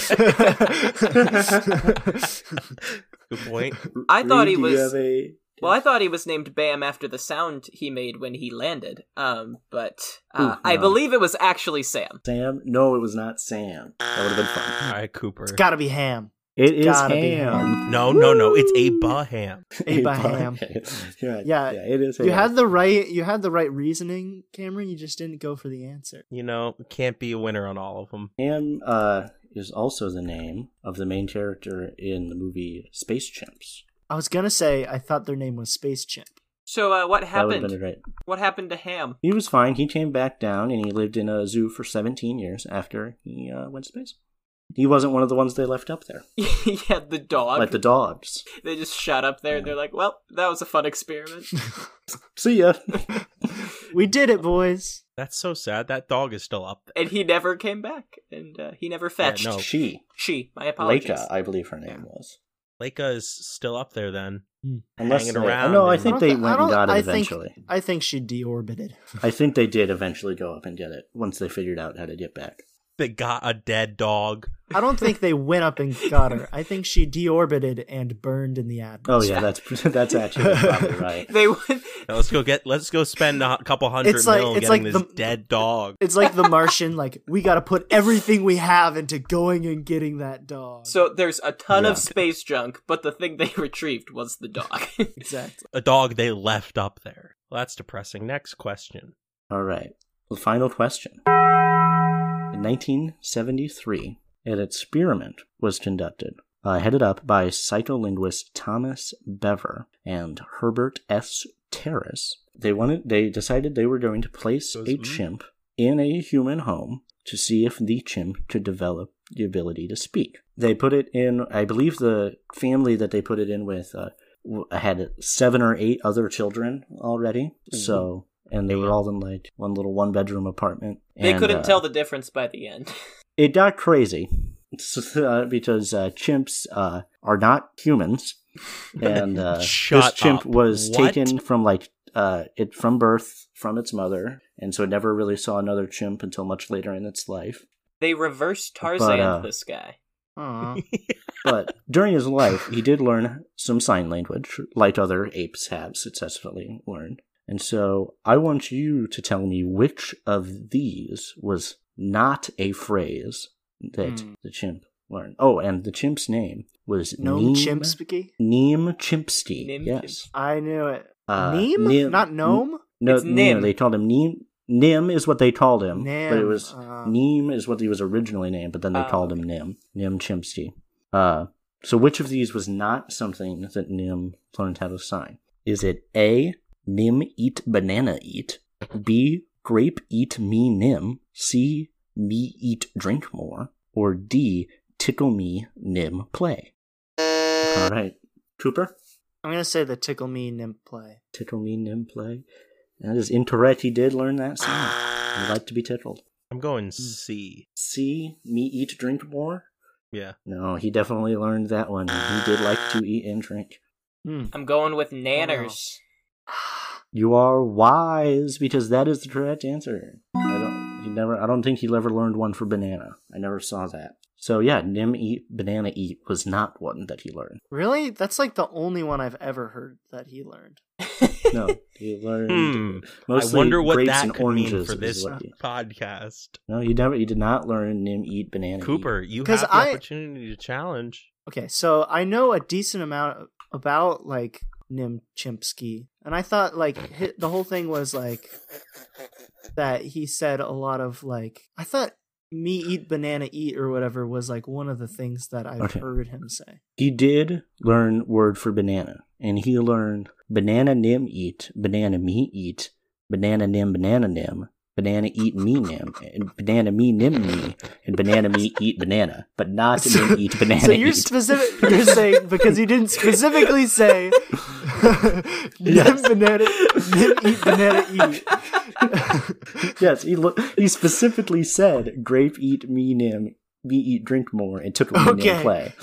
[SPEAKER 3] Good point.
[SPEAKER 4] I thought he
[SPEAKER 2] Reed, do you
[SPEAKER 4] was-
[SPEAKER 2] have a-
[SPEAKER 4] Well, I thought he was named Bam after the sound he made when he landed. Um, but uh,
[SPEAKER 2] Ooh,
[SPEAKER 4] I
[SPEAKER 2] no.
[SPEAKER 4] believe it was actually Sam.
[SPEAKER 2] Sam? No, it was not Sam. That would have been fun.
[SPEAKER 3] All right, Cooper.
[SPEAKER 1] it's gotta be ham.
[SPEAKER 2] It is
[SPEAKER 1] Gotta
[SPEAKER 2] ham.
[SPEAKER 1] be ham.
[SPEAKER 3] No, no, no. It's Abraham.
[SPEAKER 1] Abraham.
[SPEAKER 2] You're right.
[SPEAKER 1] Yeah.
[SPEAKER 2] Yeah, it is.
[SPEAKER 1] You
[SPEAKER 2] ham.
[SPEAKER 1] had the right you had the right reasoning, Cameron, you just didn't go for the answer.
[SPEAKER 3] You know, can't be a winner on all of them.
[SPEAKER 2] ham uh, is also the name of the main character in the movie Space Chimps.
[SPEAKER 1] I was gonna say I thought their name was Space Chimp.
[SPEAKER 4] So uh,
[SPEAKER 2] That
[SPEAKER 4] what
[SPEAKER 2] would have
[SPEAKER 4] happened?
[SPEAKER 2] been a great.
[SPEAKER 4] What happened to Ham?
[SPEAKER 2] He was fine. He came back down and he lived in a zoo for 17 years after he uh, went to space. He wasn't one of the ones they left up there,
[SPEAKER 4] yeah, the dog.
[SPEAKER 2] like the dogs.
[SPEAKER 4] They just shot up there, and they're like, "Well, that was a fun experiment."
[SPEAKER 2] See ya.
[SPEAKER 1] We did it, boys.
[SPEAKER 3] That's so sad. That dog is still up there.
[SPEAKER 4] and he never came back, and uh, he never
[SPEAKER 3] Yeah,
[SPEAKER 4] fetched.
[SPEAKER 3] no,
[SPEAKER 2] She,
[SPEAKER 4] She, my apologies.
[SPEAKER 2] Leica, I believe her name was.
[SPEAKER 3] Leica is still up there then.
[SPEAKER 2] Unless
[SPEAKER 3] Hanging
[SPEAKER 2] they-
[SPEAKER 3] around
[SPEAKER 2] No, I
[SPEAKER 3] and-
[SPEAKER 1] I
[SPEAKER 2] think
[SPEAKER 1] don't
[SPEAKER 2] they
[SPEAKER 1] thi- I
[SPEAKER 2] went and
[SPEAKER 1] don't-
[SPEAKER 2] got it
[SPEAKER 1] I think-
[SPEAKER 2] eventually.
[SPEAKER 1] I think she deorbited.
[SPEAKER 2] I think they did eventually go up and get it once they figured out how to get back.
[SPEAKER 3] They got a dead dog.
[SPEAKER 1] I don't think they went up and got her. I think she deorbited and burned in the atmosphere.
[SPEAKER 2] Oh yeah, that's that's actually probably right.
[SPEAKER 4] They would.
[SPEAKER 3] Now let's go get. Let's go spend a hu- couple hundred
[SPEAKER 1] It's like-
[SPEAKER 3] mil
[SPEAKER 1] it's
[SPEAKER 3] getting
[SPEAKER 1] like
[SPEAKER 3] this
[SPEAKER 1] the-
[SPEAKER 3] dead dog.
[SPEAKER 1] It's like the Martian, like, we gotta put everything we have into going and getting that dog.
[SPEAKER 4] So there's a ton
[SPEAKER 2] Yeah.
[SPEAKER 4] of space junk, but the thing they retrieved was the dog.
[SPEAKER 1] exactly.
[SPEAKER 3] A dog they left up there. Well, that's depressing. Next question.
[SPEAKER 2] All right. The final question. In 1973, an experiment was conducted, uh, headed up by psycholinguist Thomas Bever and Herbert S. Terrace. They wanted. They decided they were going to place
[SPEAKER 3] Those-
[SPEAKER 2] a
[SPEAKER 3] mm.
[SPEAKER 2] chimp in a human home to see if the chimp could develop the ability to speak. They put it in. I believe the family that they put it in with uh, w- had seven or eight other children already.
[SPEAKER 4] Mm-hmm.
[SPEAKER 2] So. And they were all in like one little one bedroom apartment.
[SPEAKER 4] they
[SPEAKER 2] And,
[SPEAKER 4] couldn't
[SPEAKER 2] uh,
[SPEAKER 4] tell the difference by the end.
[SPEAKER 2] it got crazy uh, because uh, chimps uh, are not humans, and uh, this
[SPEAKER 3] Shut
[SPEAKER 2] chimp
[SPEAKER 3] up.
[SPEAKER 2] was
[SPEAKER 3] What?
[SPEAKER 2] taken from like uh, it from birth from its mother, and so it never really saw another chimp until much later in its life.
[SPEAKER 4] They reversed Tarzan
[SPEAKER 2] uh,
[SPEAKER 4] this guy.
[SPEAKER 1] Aw.
[SPEAKER 2] But during his life, he did learn some sign language, like other apes have successfully learned. And so I want you to tell me which of these was not a phrase that
[SPEAKER 1] Hmm.
[SPEAKER 2] the chimp learned. Oh, and the chimp's name was
[SPEAKER 1] No
[SPEAKER 2] Neem,
[SPEAKER 1] chimpsky?
[SPEAKER 2] Neem Chimpsky.
[SPEAKER 4] Nim
[SPEAKER 2] yes.
[SPEAKER 1] I knew it.
[SPEAKER 2] Uh,
[SPEAKER 1] Neem?
[SPEAKER 2] Nim-
[SPEAKER 1] Not gnome?
[SPEAKER 2] No,
[SPEAKER 4] It's
[SPEAKER 2] Neem.
[SPEAKER 4] Nim.
[SPEAKER 2] They called him Neem. Nim is what they called him, but it
[SPEAKER 1] Nim,
[SPEAKER 2] was
[SPEAKER 1] uh.
[SPEAKER 2] Neem is what he was originally named, but then they
[SPEAKER 4] Oh,
[SPEAKER 2] called him Nim. Nim Chimpsky. Uh, so which of these was not something that Nim learned how to sign? Is it A. Nim eat banana eat. B. Grape eat me Nim. C. Me eat drink more. Or D. Tickle me Nim play. All right, Cooper.
[SPEAKER 1] I'm gonna say the tickle me nymph play.
[SPEAKER 2] Tickle me Nim play. That is incorrect. He did learn that sign. You like to be tickled.
[SPEAKER 3] I'm
[SPEAKER 2] Hmm.
[SPEAKER 3] going C.
[SPEAKER 2] C. Me eat drink more.
[SPEAKER 3] Yeah.
[SPEAKER 2] No, he definitely learned that one. He did like to eat and drink.
[SPEAKER 1] Hmm.
[SPEAKER 4] I'm going with Nanners.
[SPEAKER 2] You are wise because that is the correct answer. I don't. He never. I don't think he ever learned one for banana. I never saw that. So yeah, Nim eat banana eat was not one that he learned.
[SPEAKER 1] Really? That's like the only one I've ever heard that he learned.
[SPEAKER 2] No, he learned
[SPEAKER 3] Hmm.
[SPEAKER 2] mostly
[SPEAKER 3] I wonder what
[SPEAKER 2] grapes
[SPEAKER 3] that
[SPEAKER 2] and
[SPEAKER 3] could
[SPEAKER 2] oranges.
[SPEAKER 3] mean for
[SPEAKER 2] is
[SPEAKER 3] this
[SPEAKER 2] what he-
[SPEAKER 3] podcast.
[SPEAKER 2] no, he never. He did not learn Nim eat banana. eat.
[SPEAKER 3] Cooper, you have
[SPEAKER 1] 'Cause
[SPEAKER 3] the
[SPEAKER 1] I-
[SPEAKER 3] opportunity to challenge.
[SPEAKER 1] Okay, so I know a decent amount about like Nim Chimpsky, and I thought like hi the whole thing was like that he said a lot of like I thought me eat banana eat or whatever was like one of the things that I've
[SPEAKER 2] Okay.
[SPEAKER 1] heard him say.
[SPEAKER 2] He did learn word for banana, and he learned banana nim eat, banana me eat, banana nim banana nim, banana eat me nim, and banana me nim me, and banana me eat banana, but not nim eat banana
[SPEAKER 1] so you're
[SPEAKER 2] eat.
[SPEAKER 1] specific. You're saying because you didn't specifically say Nim
[SPEAKER 2] Yes.
[SPEAKER 1] banana Nim eat banana eat.
[SPEAKER 2] yes, he lo- he specifically said grape eat me nim, me eat drink more, and took me
[SPEAKER 1] Okay.
[SPEAKER 2] nim play.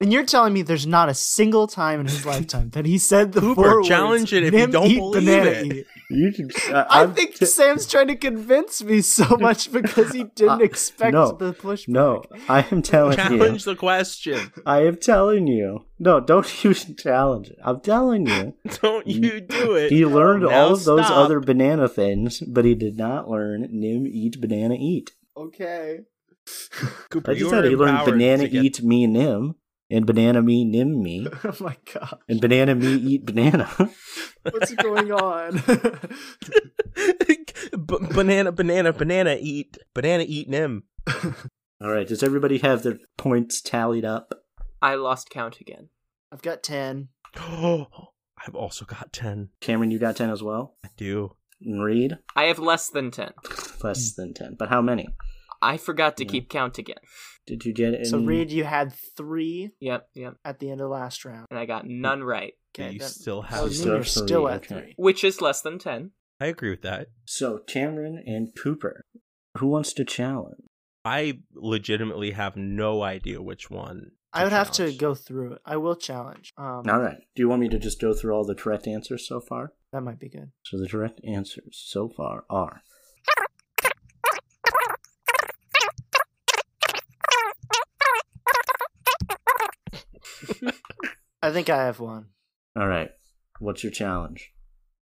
[SPEAKER 1] And you're telling me there's not a single time in his lifetime that he said the
[SPEAKER 3] Cooper,
[SPEAKER 1] four words,
[SPEAKER 3] challenge it if you
[SPEAKER 1] "Nim,
[SPEAKER 3] don't
[SPEAKER 1] eat,
[SPEAKER 3] believe
[SPEAKER 1] banana,
[SPEAKER 3] it."
[SPEAKER 1] eat."
[SPEAKER 2] You can, uh,
[SPEAKER 1] I
[SPEAKER 2] I'm
[SPEAKER 1] think
[SPEAKER 2] t-
[SPEAKER 1] Sam's trying to convince me so much because he didn't
[SPEAKER 2] Uh,
[SPEAKER 1] expect
[SPEAKER 2] no,
[SPEAKER 1] the pushback.
[SPEAKER 2] no, I am telling you.
[SPEAKER 3] Challenge the question.
[SPEAKER 2] I am telling you. No, don't you challenge it. I'm telling you.
[SPEAKER 3] Don't you do it.
[SPEAKER 2] He learned
[SPEAKER 3] Now
[SPEAKER 2] all of those
[SPEAKER 3] stop.
[SPEAKER 2] other banana things, but he did not learn Nim eat banana eat.
[SPEAKER 1] Okay.
[SPEAKER 3] Cooper,
[SPEAKER 2] Like you
[SPEAKER 3] you
[SPEAKER 2] said,
[SPEAKER 3] are
[SPEAKER 2] he learned
[SPEAKER 3] empowered
[SPEAKER 2] banana
[SPEAKER 3] to get-
[SPEAKER 2] eat me Nim, and banana me Nim me,
[SPEAKER 1] Oh my god.
[SPEAKER 2] and banana me eat banana.
[SPEAKER 1] What's going on?
[SPEAKER 3] B- banana, banana, banana eat. Banana eat Nim.
[SPEAKER 2] all right, does everybody have their points tallied up?
[SPEAKER 4] I lost count again.
[SPEAKER 1] I've got 10.
[SPEAKER 3] I've also got 10.
[SPEAKER 2] Cameron, you got 10 as well?
[SPEAKER 3] I do.
[SPEAKER 2] And Reed?
[SPEAKER 4] I have less than ten.
[SPEAKER 2] Less
[SPEAKER 1] Mm.
[SPEAKER 2] than 10. But how many?
[SPEAKER 4] I forgot to
[SPEAKER 2] Yeah.
[SPEAKER 4] keep count again.
[SPEAKER 2] Did you get any?
[SPEAKER 1] So, Reed, you had three
[SPEAKER 4] Yep, yep.
[SPEAKER 1] at the end of last round.
[SPEAKER 4] And I got
[SPEAKER 2] Mm.
[SPEAKER 4] none right,
[SPEAKER 3] Do you
[SPEAKER 1] that-
[SPEAKER 3] still
[SPEAKER 1] that
[SPEAKER 3] have
[SPEAKER 1] would mean
[SPEAKER 2] three?
[SPEAKER 1] you're still at
[SPEAKER 2] Okay.
[SPEAKER 1] three.
[SPEAKER 4] which is less than ten.
[SPEAKER 3] I agree with that.
[SPEAKER 2] So, Cameron and Cooper, who wants to challenge?
[SPEAKER 3] I legitimately have no idea which one.
[SPEAKER 1] I would have to
[SPEAKER 3] challenge.
[SPEAKER 1] go through it. I will challenge. Um,
[SPEAKER 2] All right. Do you want me to just go through all the correct answers so far?
[SPEAKER 1] That might be good.
[SPEAKER 2] So the correct answers so far are
[SPEAKER 1] I think I have one.
[SPEAKER 2] All right. What's your challenge?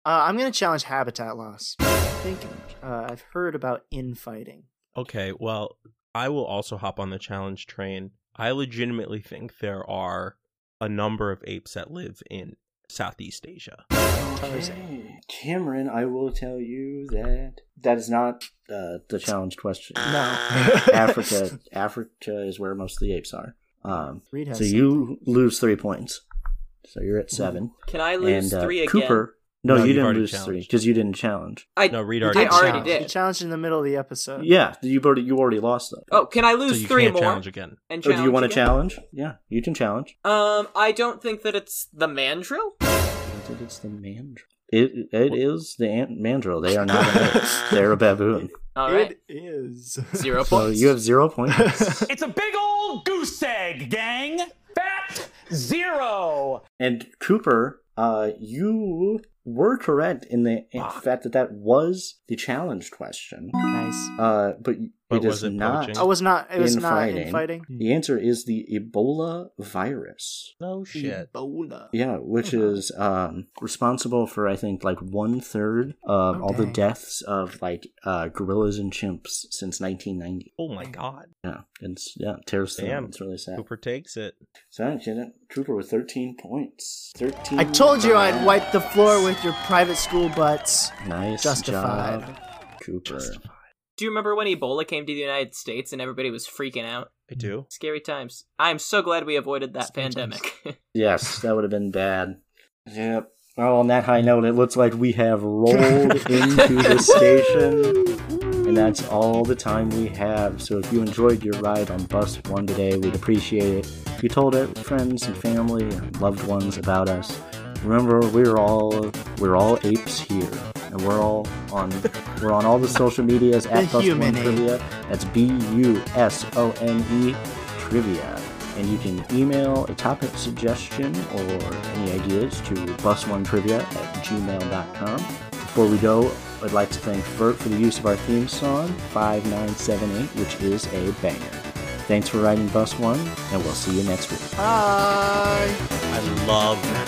[SPEAKER 1] Uh, I'm going to challenge habitat loss. I think uh, I've heard about infighting.
[SPEAKER 3] Okay, well, I will also hop on the challenge train. I legitimately think there are a number of apes that live in Southeast Asia.
[SPEAKER 2] Okay. Cameron, I will tell you that that is not uh, the challenge question.
[SPEAKER 1] No.
[SPEAKER 2] Africa, Africa is where most of the apes are. Um,
[SPEAKER 1] Reed has
[SPEAKER 2] so you lose three points. So you're at seven.
[SPEAKER 4] Can I lose
[SPEAKER 2] and uh,
[SPEAKER 4] three again?
[SPEAKER 2] Cooper, no,
[SPEAKER 3] No,
[SPEAKER 2] you
[SPEAKER 3] you've
[SPEAKER 2] didn't
[SPEAKER 3] already
[SPEAKER 2] lose three
[SPEAKER 3] challenged.
[SPEAKER 2] because you didn't challenge.
[SPEAKER 4] I
[SPEAKER 3] No, Reed
[SPEAKER 4] you
[SPEAKER 3] already
[SPEAKER 4] I already
[SPEAKER 1] challenged. You
[SPEAKER 4] did.
[SPEAKER 1] challenged in the middle of the
[SPEAKER 3] Uh,
[SPEAKER 1] episode.
[SPEAKER 2] Yeah, you already you already lost though.
[SPEAKER 4] Oh, can I lose
[SPEAKER 3] so you
[SPEAKER 4] three
[SPEAKER 3] can't
[SPEAKER 4] more?
[SPEAKER 3] challenge again.
[SPEAKER 4] And
[SPEAKER 2] Oh, do you want to
[SPEAKER 4] again?
[SPEAKER 2] challenge? Yeah, you can challenge.
[SPEAKER 4] Um, I don't think that it's the mandrill.
[SPEAKER 2] I think it's the mandrill. It it is the ant mandrill. They are not an ape. They're a baboon.
[SPEAKER 4] All right,
[SPEAKER 1] It is.
[SPEAKER 4] zero
[SPEAKER 2] So
[SPEAKER 4] points.
[SPEAKER 2] you have zero points.
[SPEAKER 6] It's a big old goose egg, gang. Fat zero.
[SPEAKER 2] And Cooper, uh, you were correct in the in fact that that was the challenge question.
[SPEAKER 1] nice.
[SPEAKER 2] Uh, but y- it
[SPEAKER 3] But
[SPEAKER 2] is
[SPEAKER 3] was it
[SPEAKER 2] not.
[SPEAKER 3] poaching?
[SPEAKER 1] I was not. It was
[SPEAKER 2] Infighting.
[SPEAKER 1] not infighting.
[SPEAKER 2] The answer is the Ebola virus.
[SPEAKER 3] No Oh, shit.
[SPEAKER 1] Ebola.
[SPEAKER 2] Yeah,
[SPEAKER 6] Oh,
[SPEAKER 2] which
[SPEAKER 1] Mhm.
[SPEAKER 2] is um, responsible for I think like one third of
[SPEAKER 1] Oh,
[SPEAKER 2] all the
[SPEAKER 1] dang.
[SPEAKER 2] deaths of like uh, gorillas and chimps since 1990.
[SPEAKER 3] Oh my god.
[SPEAKER 2] Yeah, it's yeah, it tears them.
[SPEAKER 3] Damn.
[SPEAKER 2] It's really sad.
[SPEAKER 3] Cooper takes it.
[SPEAKER 2] So I didn't. Cooper with 13 points. 13.
[SPEAKER 1] I told you I'd wipe the floor with your private school butts.
[SPEAKER 2] Nice
[SPEAKER 1] Justified.
[SPEAKER 2] job, Cooper.
[SPEAKER 4] Do you remember when Ebola came to the United States and everybody was freaking out?
[SPEAKER 3] I do.
[SPEAKER 4] Scary times. I'm so glad we avoided that
[SPEAKER 1] Scary times.
[SPEAKER 4] pandemic.
[SPEAKER 2] Yes, that would have been bad. Yep. Well, on that high note, it looks like we have rolled into the station. And that's all the time we have. So if you enjoyed your ride on Bus 1 today, we'd appreciate it. If you told it, friends and family and loved ones about us, remember we're all we're all apes here. And we're all on we're on all the social medias at
[SPEAKER 1] The
[SPEAKER 2] Bus
[SPEAKER 1] human
[SPEAKER 2] 1
[SPEAKER 1] ape.
[SPEAKER 2] Trivia. That's B-U-S-O-N-E E, trivia. And you can email a topic suggestion or any ideas to bus1trivia at gmail.com. Before we go, I'd like to thank Vert for the use of our theme song, 5978, which is a banger. Thanks for riding Bus One, and we'll see you next week.
[SPEAKER 1] Bye.
[SPEAKER 3] I love